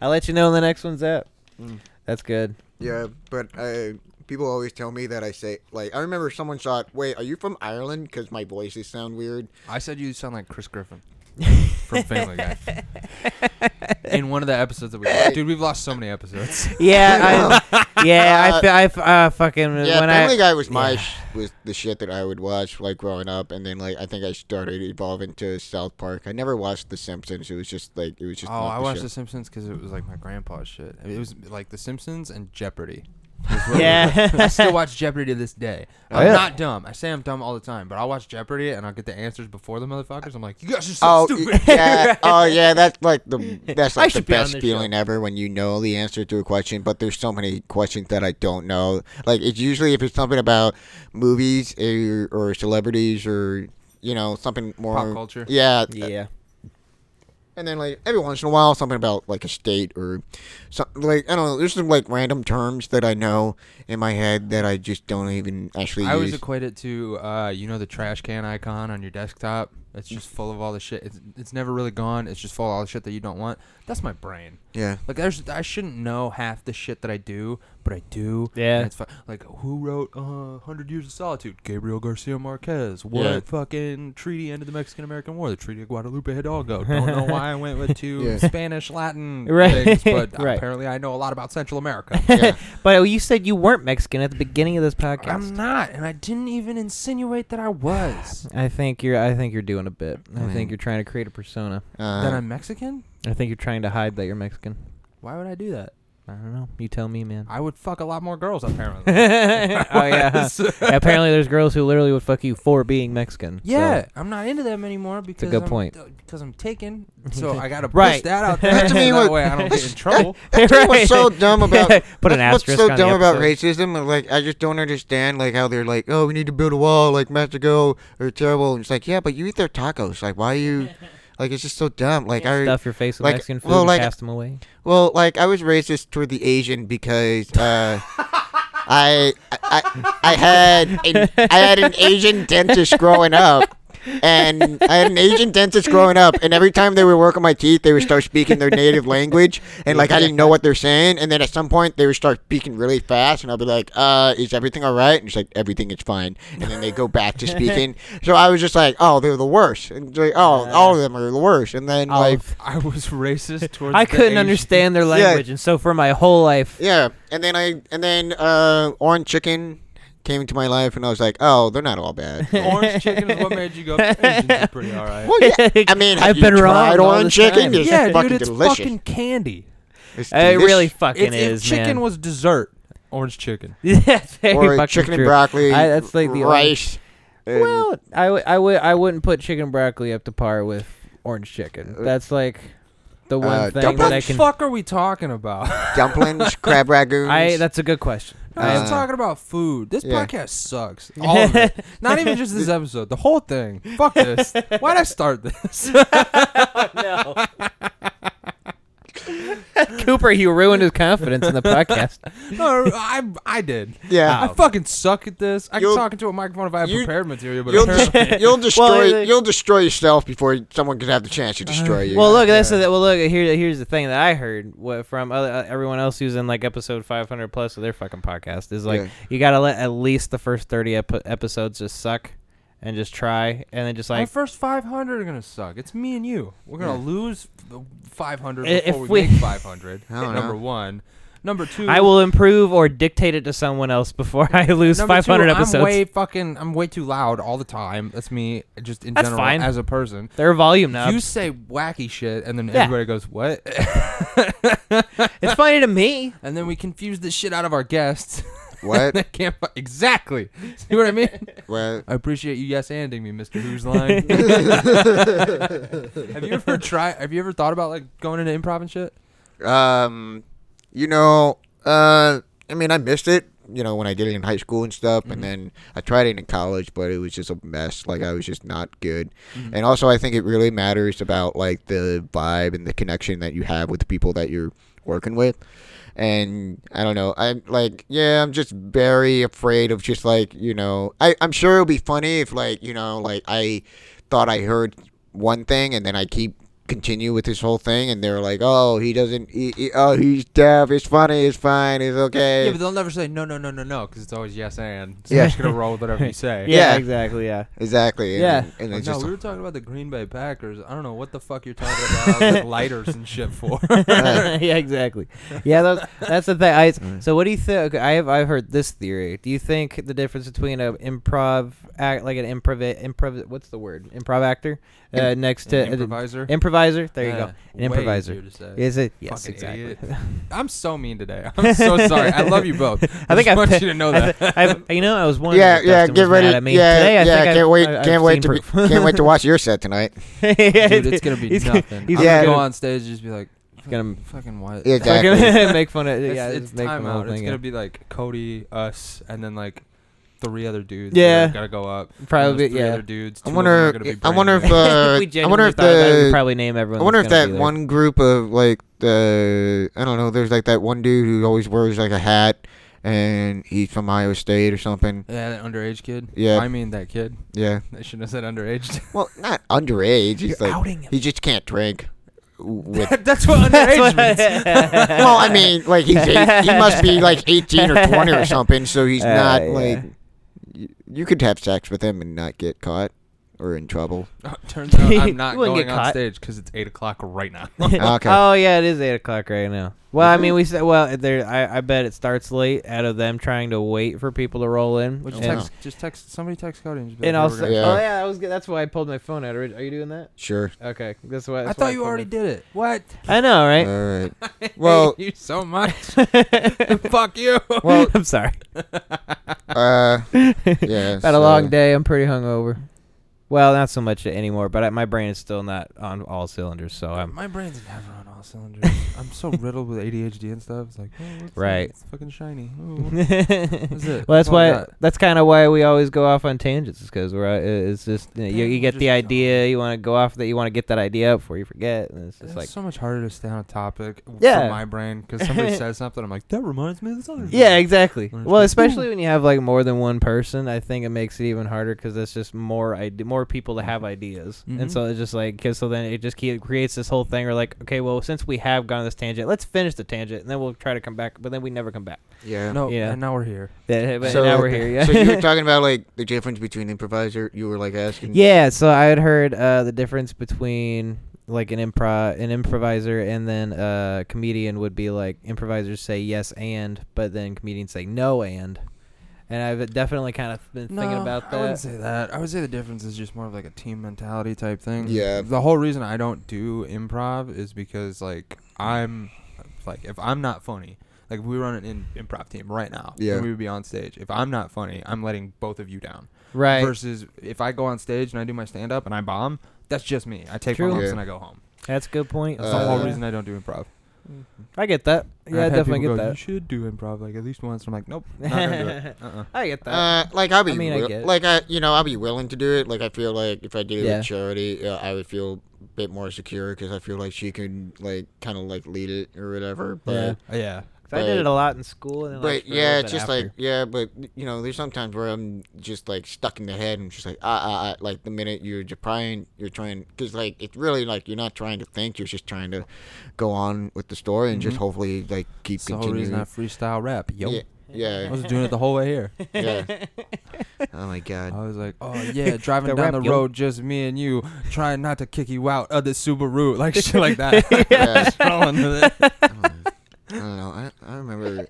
I'll let you know when the next one's up.
Mm.
That's [laughs] good.
Yeah, but uh, people always tell me that I say like I remember someone shot. Wait, are you from Ireland? Because my voices sound weird.
I said you sound like Chris
[laughs]
Griffin from Family Guy. In one of the episodes that we lost. Dude, we've lost so many episodes.
Yeah, I, yeah.
Uh,
I, fe- I, f- uh, fucking
Yeah,
when
Family
I
Guy was my
yeah.
sh- was the shit that I would watch like growing up, and then like I think I started evolving to South Park. I never watched The Simpsons. It was just like it was just.
Oh,
not
I
the
watched
show.
The Simpsons because it was like my grandpa's shit. I mean, it was like The Simpsons and
[laughs]
Jeopardy.
Yeah.
[laughs] I still watch Jeopardy to this day.
Oh,
I'm
yeah.
not dumb. I say I'm dumb all the time, but I'll watch Jeopardy and I'll get the answers before the motherfuckers. I'm like, you guys are so
Oh
stupid.
[laughs] y- yeah, oh yeah, that's like
[laughs]
the that's
I
like the
should be on
best
this
feeling ever when you know the answer to a question, but there's so many questions that I don't know. Like it's usually if it's something about movies or, or celebrities or you know something more
culture.
Yeah,
yeah.
And then like every once in a while, something about like a state or something like I don't know. There's some like random terms that I know in my head that I just don't even actually
I always
use.
equate it to, uh, you know, the trash can icon on your desktop. It's just full of all the shit. It's, it's never really gone. It's just full of all the shit that you don't want. That's my brain.
[laughs]
yeah,
Like there's, I shouldn't know half the shit that I do, but I do.
Yeah.
And it's fu- like who wrote uh, Hundred Years of Solitude? Gabriel Garcia Marquez. What
Yeah.
fucking treaty ended the Mexican American War? The Treaty of Guadalupe Hidalgo. Don't
[laughs]
know why I went with two
Yeah.
Spanish Latin
Right.
things, but
[laughs] Right.
apparently I know a lot about Central
[laughs]
America.
yeah.
But you said you weren't Mexican at the beginning of this
I'm
podcast.
not, and I didn't even insinuate that I
[sighs]
was.
I think you're. I think you're doing a bit. I
mean-
think you're trying to create a persona.
Uh,
that I'm Mexican?
I think you're trying to hide that you're Mexican.
Why would I do that?
I don't know. You tell me, man.
I
[laughs]
would fuck a lot more girls apparently.
oh
[laughs]
yeah. Apparently, there's girls who literally would fuck you for being Mexican. so-
Yeah, I'm not into them anymore because
good
I'm,
point.
Because I'm
[laughs]
taken, so I gotta
Right.
push that
[laughs]
out there.
That to me
[laughs] that
was-
way I don't get in trouble.
That's what's so
Right. [laughs]
dumb about.
Put an
that's
asterisk
What's so
on
dumb
the
about
episode.
racism? and, Like, I just don't understand. Like how they're like, oh, we need to build a wall. Like Mexico are terrible. And it's like, yeah, but you eat their tacos. Like, why
[laughs]
are you? Like, it's just so dumb. Like, I
Stuff your face with
like-
Mexican food
well,
and
like-
cast them away.
Well, like I was racist toward the Asian because uh, I, I I had an, I had an Asian dentist growing up, and I had an Asian dentist growing up, and every time they would work on my teeth, they would start speaking their native language, and like I didn't know what they're saying, and then at some point they would start speaking really fast, and I'll be like, "Uh, is everything all right?" And she's like, "Everything is fine," and then they go back to speaking. So I was just like, "Oh, they're the worst," and like, "Oh, all of them are the worst," and then like.
I was racist towards.
I
the
couldn't
Asian-
understand their language, and so for my whole life,
Yeah, and then I and then uh, orange chicken came into my life, and I was like, oh, they're not all bad.
[laughs]
[laughs]
Orange chicken is what made you go. Asians are pretty all right.
[laughs] well, yeah. I mean, have
I've
you
been
tried
wrong all
orange
this
chicken?
time.
It's
Yeah,
fucking
dude, it's
delicious.
fucking candy.
It's
it
delicious.
really fucking
It's,
is,
if chicken
man. [laughs]
was dessert, orange chicken.
yeah, very [laughs]
or
fucking
chicken
true.
and broccoli.
I- that's like the only-
rice. uh,
[laughs]
and-
Well, I would, I would, I wouldn't put chicken broccoli up to par with orange chicken.
Uh,
That's like the one
Uh,
thing
dumplings?
What
that
the
I can.
fuck are we talking about? [laughs]
[laughs]
dumplings, crab ragoons.
I that's a good question.
No, I'm
Uh,
talking about food. This
yeah.
podcast
[laughs]
sucks. All of it. Not even just this episode. The whole thing. Fuck
[laughs]
this. Why'd I start this? [laughs]
Cooper, you ruined his confidence in the
[laughs]
podcast.
no, I I did.
yeah.
I fucking suck at this. I can
You'll-
talk into a microphone if I have
you-
prepared material, but
[laughs]
You'll,
apparently-
[laughs] des- you'll destroy
like- Uh-huh.
you'll destroy yourself before someone can have the chance to destroy you.
Well, look, that's the, well, look here. Here's the thing that I heard what, from other, uh, everyone else who's in like episode 500 plus of their fucking podcast is like
Yeah.
you gotta let at least the first 30 epi- episodes just suck and just try and then just
my
like
first 500 are gonna suck. It's me and you. We're gonna lose the 500
I-
before
if
we,
we-
[laughs] make 500.
I don't
number
know.
one. Number two.
I will improve or dictate it to someone else before [laughs] I lose
Number
500
two,
episodes.
I'm way fucking. I'm way too loud all the time. That's me, just in
That's
general,
fine.
as a person.
Their volume now.
You say wacky shit, and then
Yeah.
everybody goes, "What?"
it's funny to me.
and then we confuse the shit out of our guests. [laughs]
what?
They can't fu- exactly. [laughs] See what I mean?
what?
I appreciate you yes anding me, Mister
[laughs]
Who's
[laughs]
Lying. have you ever tried? Have you ever thought about like going into improv and shit?
Um, you know, uh, I mean, I missed it. You know, when I did it in high school and stuff, and then I tried it in college, but it was just a mess. Like I was just not good. And also, I think it really matters about like the vibe and the connection that you have with the people that you're working with. And I don't know. I'm like, yeah, I'm just very afraid of just like you know. I I'm sure it'll be funny if like you know, like I thought I heard one thing and then I keep continue with this whole thing and they're like, oh, he doesn't, he, he- oh, he's deaf, it's funny, it's fine, it's okay.
Yeah, but they'll never say no, no, no, no, no, because it's always yes and. So
Yeah.
you're just gonna roll with whatever you say.
Yeah.
exactly. [laughs] Yeah.
exactly. And,
Yeah.
And
Like,
it's
no,
just,
we were talking about the Green Bay Packers. I don't know what the fuck you're talking about
[laughs]
like, lighters and shit for.
yeah, exactly. Yeah, that's, that's the thing. I, so, what do you think? Okay, I have I've heard this theory. Do you think the difference between a improv act, like an improv, improv, what's the word, improv actor, uh, next to
An improviser?
improviser. There
Yeah,
you go, an
way easier
improviser.
to say.
Is it? Yes,
Fucking
exactly. [laughs]
idiot. I'm so mean today. I'm so sorry. I love you both. I,
[laughs] I think
just
I've
want
pi-
you to know
I
that.
th- I've, you know, I was wondering.
yeah,
if
yeah,
Dustin
get
was
ready.
Mad at me.
Yeah,
Today, I
yeah,
think I've-
can't wait,
I've- I've
can't
seen
wait to, be,
proof.
[laughs] can't wait
[laughs]
to watch your set tonight.
[laughs] Dude, it's gonna be
he's
[laughs] nothing.
He's
I'm
Yeah.
gonna go
gonna-
on stage and just be like,
gonna- [laughs]
fucking what?
Yeah,
fucking
[laughs]
Exactly.
make fun of.
It's,
Yeah,
it's
just make fun
time
of the
out. It's
thing, yeah.
gonna be like Cody, us, and then like three other dudes.
Yeah.
that gotta go up. And
Probably,
those three
yeah.
Other dudes. two
I
of them are
wonder,
gonna be
I
brand
wonder if,
new.
we
uh, I wonder
genuinely
if
thought about it, we'd
the,
probably name everyone.
I wonder if
that's gonna
that
be there.
one group of like the, I don't know, there's like that one dude who always wears like a hat and he's from Iowa State or something.
yeah, that underage kid.
Yeah.
I mean that kid.
Yeah.
They shouldn't have said underage.
[laughs] Well,
[laughs]
not underage. He's
You're
like,
outing him.
he just can't drink. With
That's
[laughs]
what
That's
underage
what-
means. [laughs]
well, I mean, like he's eight, he must be like eighteen or twenty or something, so
[laughs]
he's
Uh,
not
yeah.
like. You, you could have sex with him and not get caught. or in trouble.
Oh, turns out [laughs] I'm not
You wouldn't
going
get
on
caught.
stage because it's eight o'clock right now.
Okay.
Oh yeah, it is eight o'clock right now. Well, I mean, we said well, there. I, I bet it starts late out of them trying to wait for people to roll in.
Well, just,
and,
Yeah.
text, just text somebody text Cody and just be
and
like, "Here we go."
also,
Yeah.
oh yeah, that was good. That's why I pulled my phone out. Are you doing that?
Sure.
Okay, that's why.
I
that's why
thought you
pulled
already
my-
did it. What?
I know,
All
right?
right.
[laughs]
[laughs]
Well,
you so much. [laughs] Fuck you. [laughs]
well,
I'm sorry. [laughs]
uh, yeah.
Had a
so-
long day. I'm pretty hungover. Well, not so much anymore, but I, my brain is still not on all cylinders. So
[laughs]
Oh, I'm [laughs]
My brain's never on all cylinders. I'm so riddled with ADHD and stuff. It's like, oh, what's that?
Right.
It's fucking shiny.
[laughs]
Oh, what-
well,
what's it? What
that's
we
why.
got?
That's kind of why we always go off on tangents, is because we're. out- It's just you, know, you,
Yeah,
you get
just
the
don't.
idea, you want to go off that, you want to get that idea up before you forget, and it's
It's
just like,
so much harder to stay on a topic w-
Yeah.
for my brain because
[laughs]
somebody says something, I'm like, that reminds me of this other. thing."
yeah, exactly.
Or it's
Well,
like,
especially when you have like more than one person, I think it makes it even harder because that's just more ide- more people to have ideas,
Mhm.
and so it's just like because so then it just ke- creates this whole thing. Or like, okay, well, since we have gone on this tangent, let's finish the tangent, and then we'll try to come back, but then we never come back.
Yeah.
No.
Yeah.
And now we're here.
Yeah, but now we're here. Yeah.
[laughs] so
[laughs]
you were talking about like the difference between improviser. You were like asking.
Yeah, so I had heard uh, the difference between like an improv an improviser and then uh, a comedian would be like improvisers say yes and but then comedians say no and and I've definitely kind of been thinking about
I wouldn't
that.
say that. I would say the difference is just more of like a team mentality type thing.
Yeah.
The whole reason I don't do improv is because like I'm like if I'm not funny, like if we run an in- improv team right now,
Yeah.
and we would be on stage. If I'm not funny, I'm letting both of you down.
Right.
Versus if I go on stage and I do my stand up and I bomb, that's just me. I take
True.
my lumps
Yeah.
and I go home.
That's a good point.
That's
Uh,
the whole reason I don't do improv.
I get that.
And
Yeah, I
I've had
definitely
people
get
go, You
that.
should do improv like at least once. I'm like, nope, not gonna do
[laughs]
it. Uh-uh.
I get that.
Uh, like I'll be,
I mean, I
wi-
get it.
like I, you know, I'll be willing to do it. Like I feel like if I did it
Yeah.
with charity, uh, I would feel a bit more secure because I feel like she can like kind of like lead it or whatever. But
Yeah.
'Cause Yeah.
'Cause I did
but-
it a lot in school and then, like, for
But
a little
yeah, it's
bit
just
after.
like yeah, but you know, there's sometimes where I'm just like stuck in the head and just like ah ah, ah like the minute you're just trying, you're trying because like it's really like you're not trying to think, you're just trying to go on with the story and
Mm-hmm.
just hopefully like keep
It's the whole
continuing.
reason I freestyle rap. Yo.
yeah,
I
yeah,
was doing it the whole way [laughs] here.
[laughs] yeah. oh my god.
I [laughs] was like, oh yeah, driving
The
down
rap,
the
yo.
road, just me and you, trying not to kick you out of the Subaru, [laughs] like shit like that.
Yeah.
Just rolling with [laughs] it.
I don't know. I, I remember.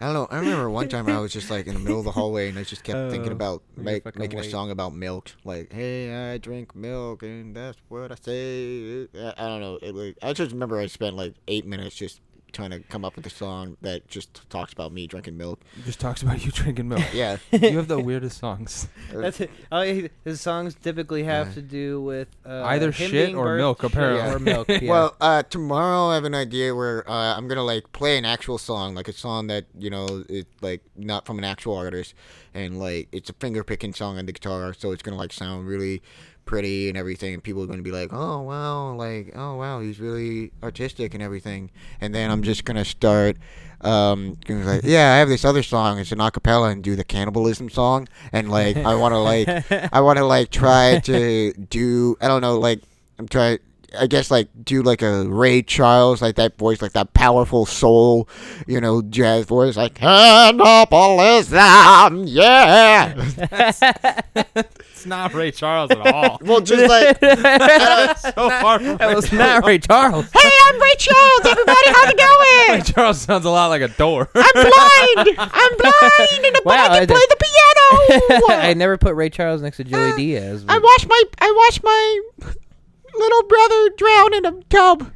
I don't know. I remember one time I was just like in the middle of the hallway, and I just kept thinking
Oh,
about
you
make,
fucking
making a
wait.
song about milk. Like, hey, I drink milk, and that's what I say. I, I don't know. It, like, I just remember I spent like eight minutes just trying to come up with a song that just talks about me drinking milk.
Just talks about you drinking milk.
Yeah.
You have the weirdest [laughs] songs.
[laughs] That's it. Oh, yeah, his songs typically have
Yeah.
to do with uh,
Either
him
shit
being
or
birth-
milk,
shit
apparently.
Or
[laughs]
milk. Yeah.
Well, uh, tomorrow I have an idea where uh, I'm gonna like play an actual song, like a song that you know it like not from an actual artist, and like it's a finger picking song on the guitar, so it's gonna like sound really pretty and everything, and people are gonna be like, oh wow, like oh wow, he's really artistic and everything, and then I'm just gonna start. Um, gonna be like, yeah, I have this other song. It's an acapella, and do the cannibalism song, and like I want
[laughs]
to like, I want to like try to do, I don't know, like I'm trying. I guess like do like a Ray Charles, like that voice, like that powerful soul, you know, jazz voice, like cannibalism, yeah.
[laughs]
[laughs]
It's not Ray Charles at all.
well, just like hey,
so far from
that
[laughs]
was not Ray Charles.
I'm Ray Charles, everybody, how's it
Ray [laughs]
going?
Charles sounds a lot like a door. [laughs]
I'm blind, I'm blind, and but
Wow,
I
I
can play
did-
the
[laughs] I
piano.
never put Ray Charles next to Joey
Uh,
Diaz.
I
but-
watched my, I watched my little brother drown in a tub.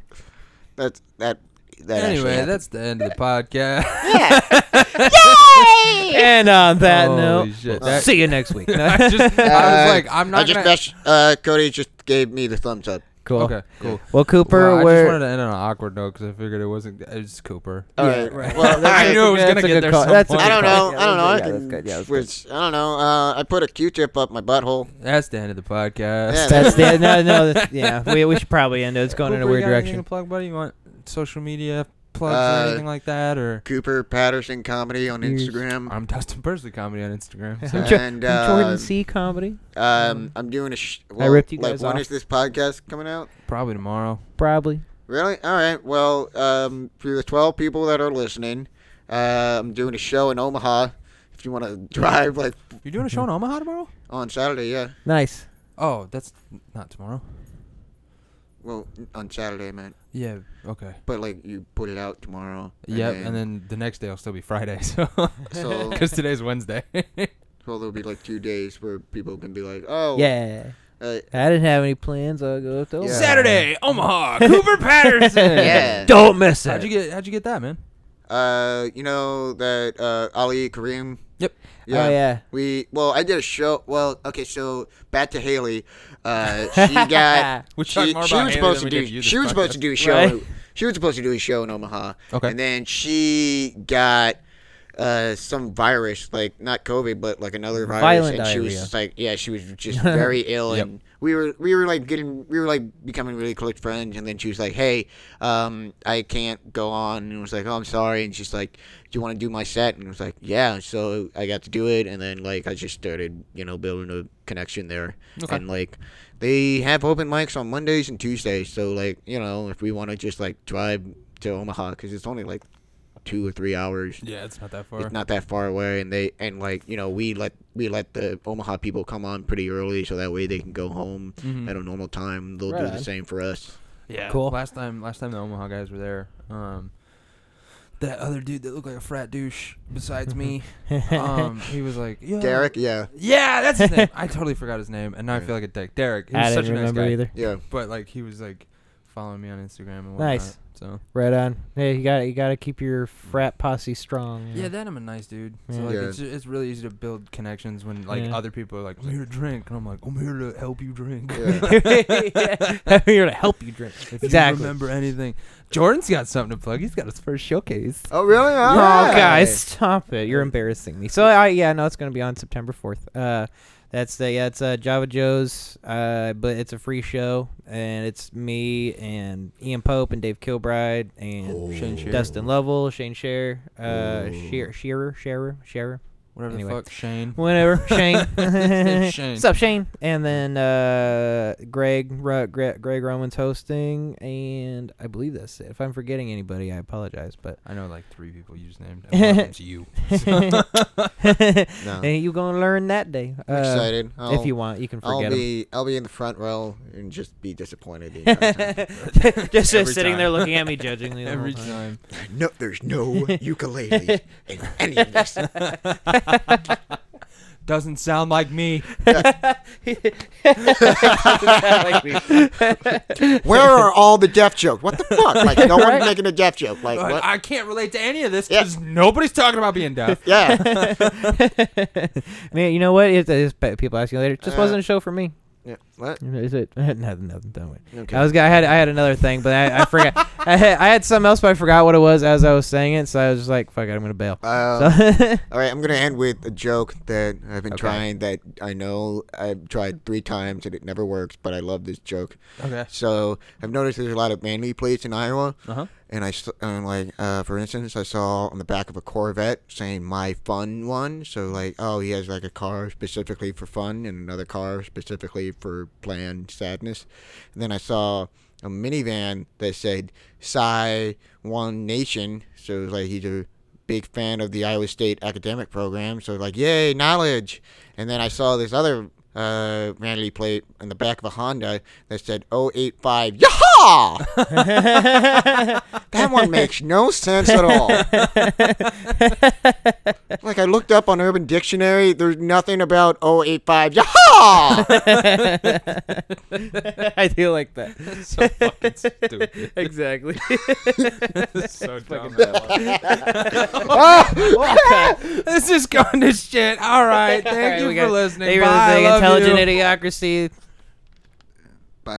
That's that. that actually
anyway,
happened.
that's the end of the [laughs] podcast.
yeah.
[laughs]
Yay!
and on that
Holy
note,
shit,
[laughs]
that-
see you next week. No,
I, just, I
Uh,
was like, I'm
I
not
just
gonna.
messed- uh, Cody just gave me the thumbs up.
cool.
Okay, cool.
Well, Cooper,
Well, I just
we're.
wanted to end on an awkward note because I figured it wasn't. It was Cooper.
All
Yeah,
right.
right. [laughs]
Well,
[laughs]
That's
I
a-
I,
knew it was
that's
gonna
a
get
good
there
call.
some
That's a
point.
I don't
good call.
know. I don't know. I
Yeah, that's
can,
good. Yeah,
[laughs]
that's good.
which, I don't know. Uh, I put a Q-tip up my butthole.
That's the end of the podcast.
Yeah,
That's the, no, no.
[laughs]
that's- Yeah,
[laughs]
we, we should probably end it. It's going in a
Cooper, you
weird
got anything
direction.
to plug, buddy? You want social media plugs
Uh,
or anything like that, or
Cooper Patterson comedy on
Yes.
Instagram.
I'm Dustin Persley comedy on Instagram.
[laughs] I'm
So.
Jo-
And
I'm
uh,
Jordan C. Comedy,
um, I'm doing a. Sh- well,
Mm. ripped you
like,
guys
when
off.
is this podcast coming out?
Probably tomorrow.
probably.
Really? All right. Well, um, for the 12 people that are listening, uh, I'm doing a show in Omaha. If you want to [laughs] drive, like
You're doing a show in Omaha tomorrow?
on Saturday, yeah.
Nice.
Mm-hmm. Oh, that's n- not tomorrow.
Well, n- on Saturday, man.
Yeah. Okay.
But like you put it out tomorrow.
Yep. And then the next day will still be Friday. [laughs] So,
So-
because today's
[laughs]
Wednesday.
well, there'll be like two days where people can be like, oh,
Yeah.
uh,
I didn't have any plans. I'll go up to
Yeah.
Saturday,
[laughs]
Omaha, Cooper Patterson.
Yeah.
Don't miss it.
How'd you get? How'd you get that, man?
uh, you know that uh, Ali Kareem.
Yep.
Oh, yeah.
We well, I did a show. Well, okay, so back to Haley. Uh,
[laughs]
she got.
We
she,
talked
she
more about Haley
was supposed
than we
to
did you
do.
this
She was supposed
podcast.
to do a show.
Right.
She was supposed to do a show in Omaha.
Okay.
And then she got uh some virus, like not COVID, but like another virus,
Violent
and she was
diarrhea.
just like, yeah, she was
[laughs]
just very ill,
Yep.
and we were we were like getting we were like becoming really close friends, and then she was like, hey, um, I can't go on, and I was like, oh, I'm sorry, and she's like, do you want to do my set? And I was like, yeah, so I got to do it, and then like I just started, you know, building a connection there,
Okay.
and like. They have open mics on Mondays and Tuesdays, so like you know, if we want to just like drive to Omaha, because it's only like two or three hours.
Yeah, it's not that far.
It's not that far away, and they and like you know we let we let the Omaha people come on pretty early, so that way they can go home
Hmm.
Mhm.
at a normal time. They'll
Right
do the
on.
same for us.
Yeah.
Cool.
Last time, last time the Omaha guys were there, um, that other dude that looked like a frat douche besides
[laughs]
me, um, he was like, "Yo."
Derek, yeah,
Yeah, that's his
[laughs]
name. I totally forgot his name, and now I feel like a dick. Derek. He was
I
such
didn't
a nice
remember
guy,
either.
yeah,
But like, he was like following me on Instagram and whatnot.
Nice.
So
Right on. Hey, you got to you got to keep your frat posse strong. you
yeah,
[laughs]
[laughs]
know.
then I'm a nice dude. So
Yeah.
like,
Yeah.
it's it's really easy to build connections when like
Yeah.
other people are like, "I'm here to drink," and I'm like, "I'm here to help you drink." [laughs]
yeah. [laughs]
yeah. I'm here to help you drink.
If
Exactly.
you remember anything, Jordan's got something to plug. He's got his first showcase.
oh really?
Oh,
Alright.
guys, stop it! You're embarrassing me. So, I yeah, no, it's gonna be on September fourth. Uh, that's the yeah, it's uh, Java Joe's, uh, but it's a free show, and it's me and Ian Pope and Dave Kilbride and
Shane Shearer.
Dustin Lovell, Shane Shearer, uh,
Ooh.
Shearer, Shearer, Shearer, Shearer,
Whatever
Anyway.
the fuck, Shane. [laughs]
whatever, Shane.
Shane.
[laughs] What's up, Shane? And then uh, Greg, Ru- Gre- Greg Roman's hosting, and I believe that's it. If I'm forgetting anybody, I apologize, but. [laughs]
I know like three people you just [laughs] named. And one of them's you. [laughs]
No.
And you gonna learn that day.
I'm
Uh,
excited. I'll,
If you want, you can
I'll
forget [laughs]
be I'll be in the front row and just be disappointed. The entire time.
[laughs] them. just just
Every
sitting there
time.
looking at me judgingly. the whole
Every
time.
time.
no, there's no
[laughs]
ukulele in any of this.
Doesn't sound like me.
Where are all the deaf jokes? What the fuck? Like
[laughs]
no
Right?
one's making a deaf joke. Like
Like,
what?
I can't relate to any of this
Yeah.
because nobody's talking about being deaf. [laughs]
[laughs]
yeah.
[laughs] Man, you know what? If if people ask you later, it just
Uh,
wasn't a show for me.
yeah. What?
Is it? [laughs] I had nothing, nothing done with. it.
Okay.
I was. gonna- I had. I had another thing, but I, I forgot. [laughs] I had, I had something else, but I forgot what it was as I was saying it. So I was just like, "Fuck it, I'm gonna bail." So-
Uh, All right, I'm gonna end with a joke that I've been
Okay.
trying that I know I've tried three times and it never works, but I love this joke.
[laughs] Okay.
So I've noticed there's a lot of manly plates in Iowa,
Uh huh.
and I s- and like uh, for instance, I saw on the back of a Corvette saying "my fun one," so like oh he has like a car specifically for fun and another car specifically for planned sadness. And then I saw a minivan that said "Psy One Nation," so it was like he's a big fan of the Iowa State academic program, so like yay knowledge. And then I saw this other uh, manly plate on the back of a Honda that said 085 Yaha! [laughs] That one makes no sense at
[laughs]
all. [laughs] like I looked up on Urban Dictionary, there's nothing about [laughs]
[laughs]
085. Yaha!
I do like that.
so [laughs] fucking stupid. [laughs]
[laughs] exactly.
so dumb. [laughs] Oh, This is going to shit. All right. Thank
[laughs]
All right,
you
we
for
got-
listening. [laughs]
Thank you for
Bye.
listening.
Love
Intelligent
you.
Idiocracy.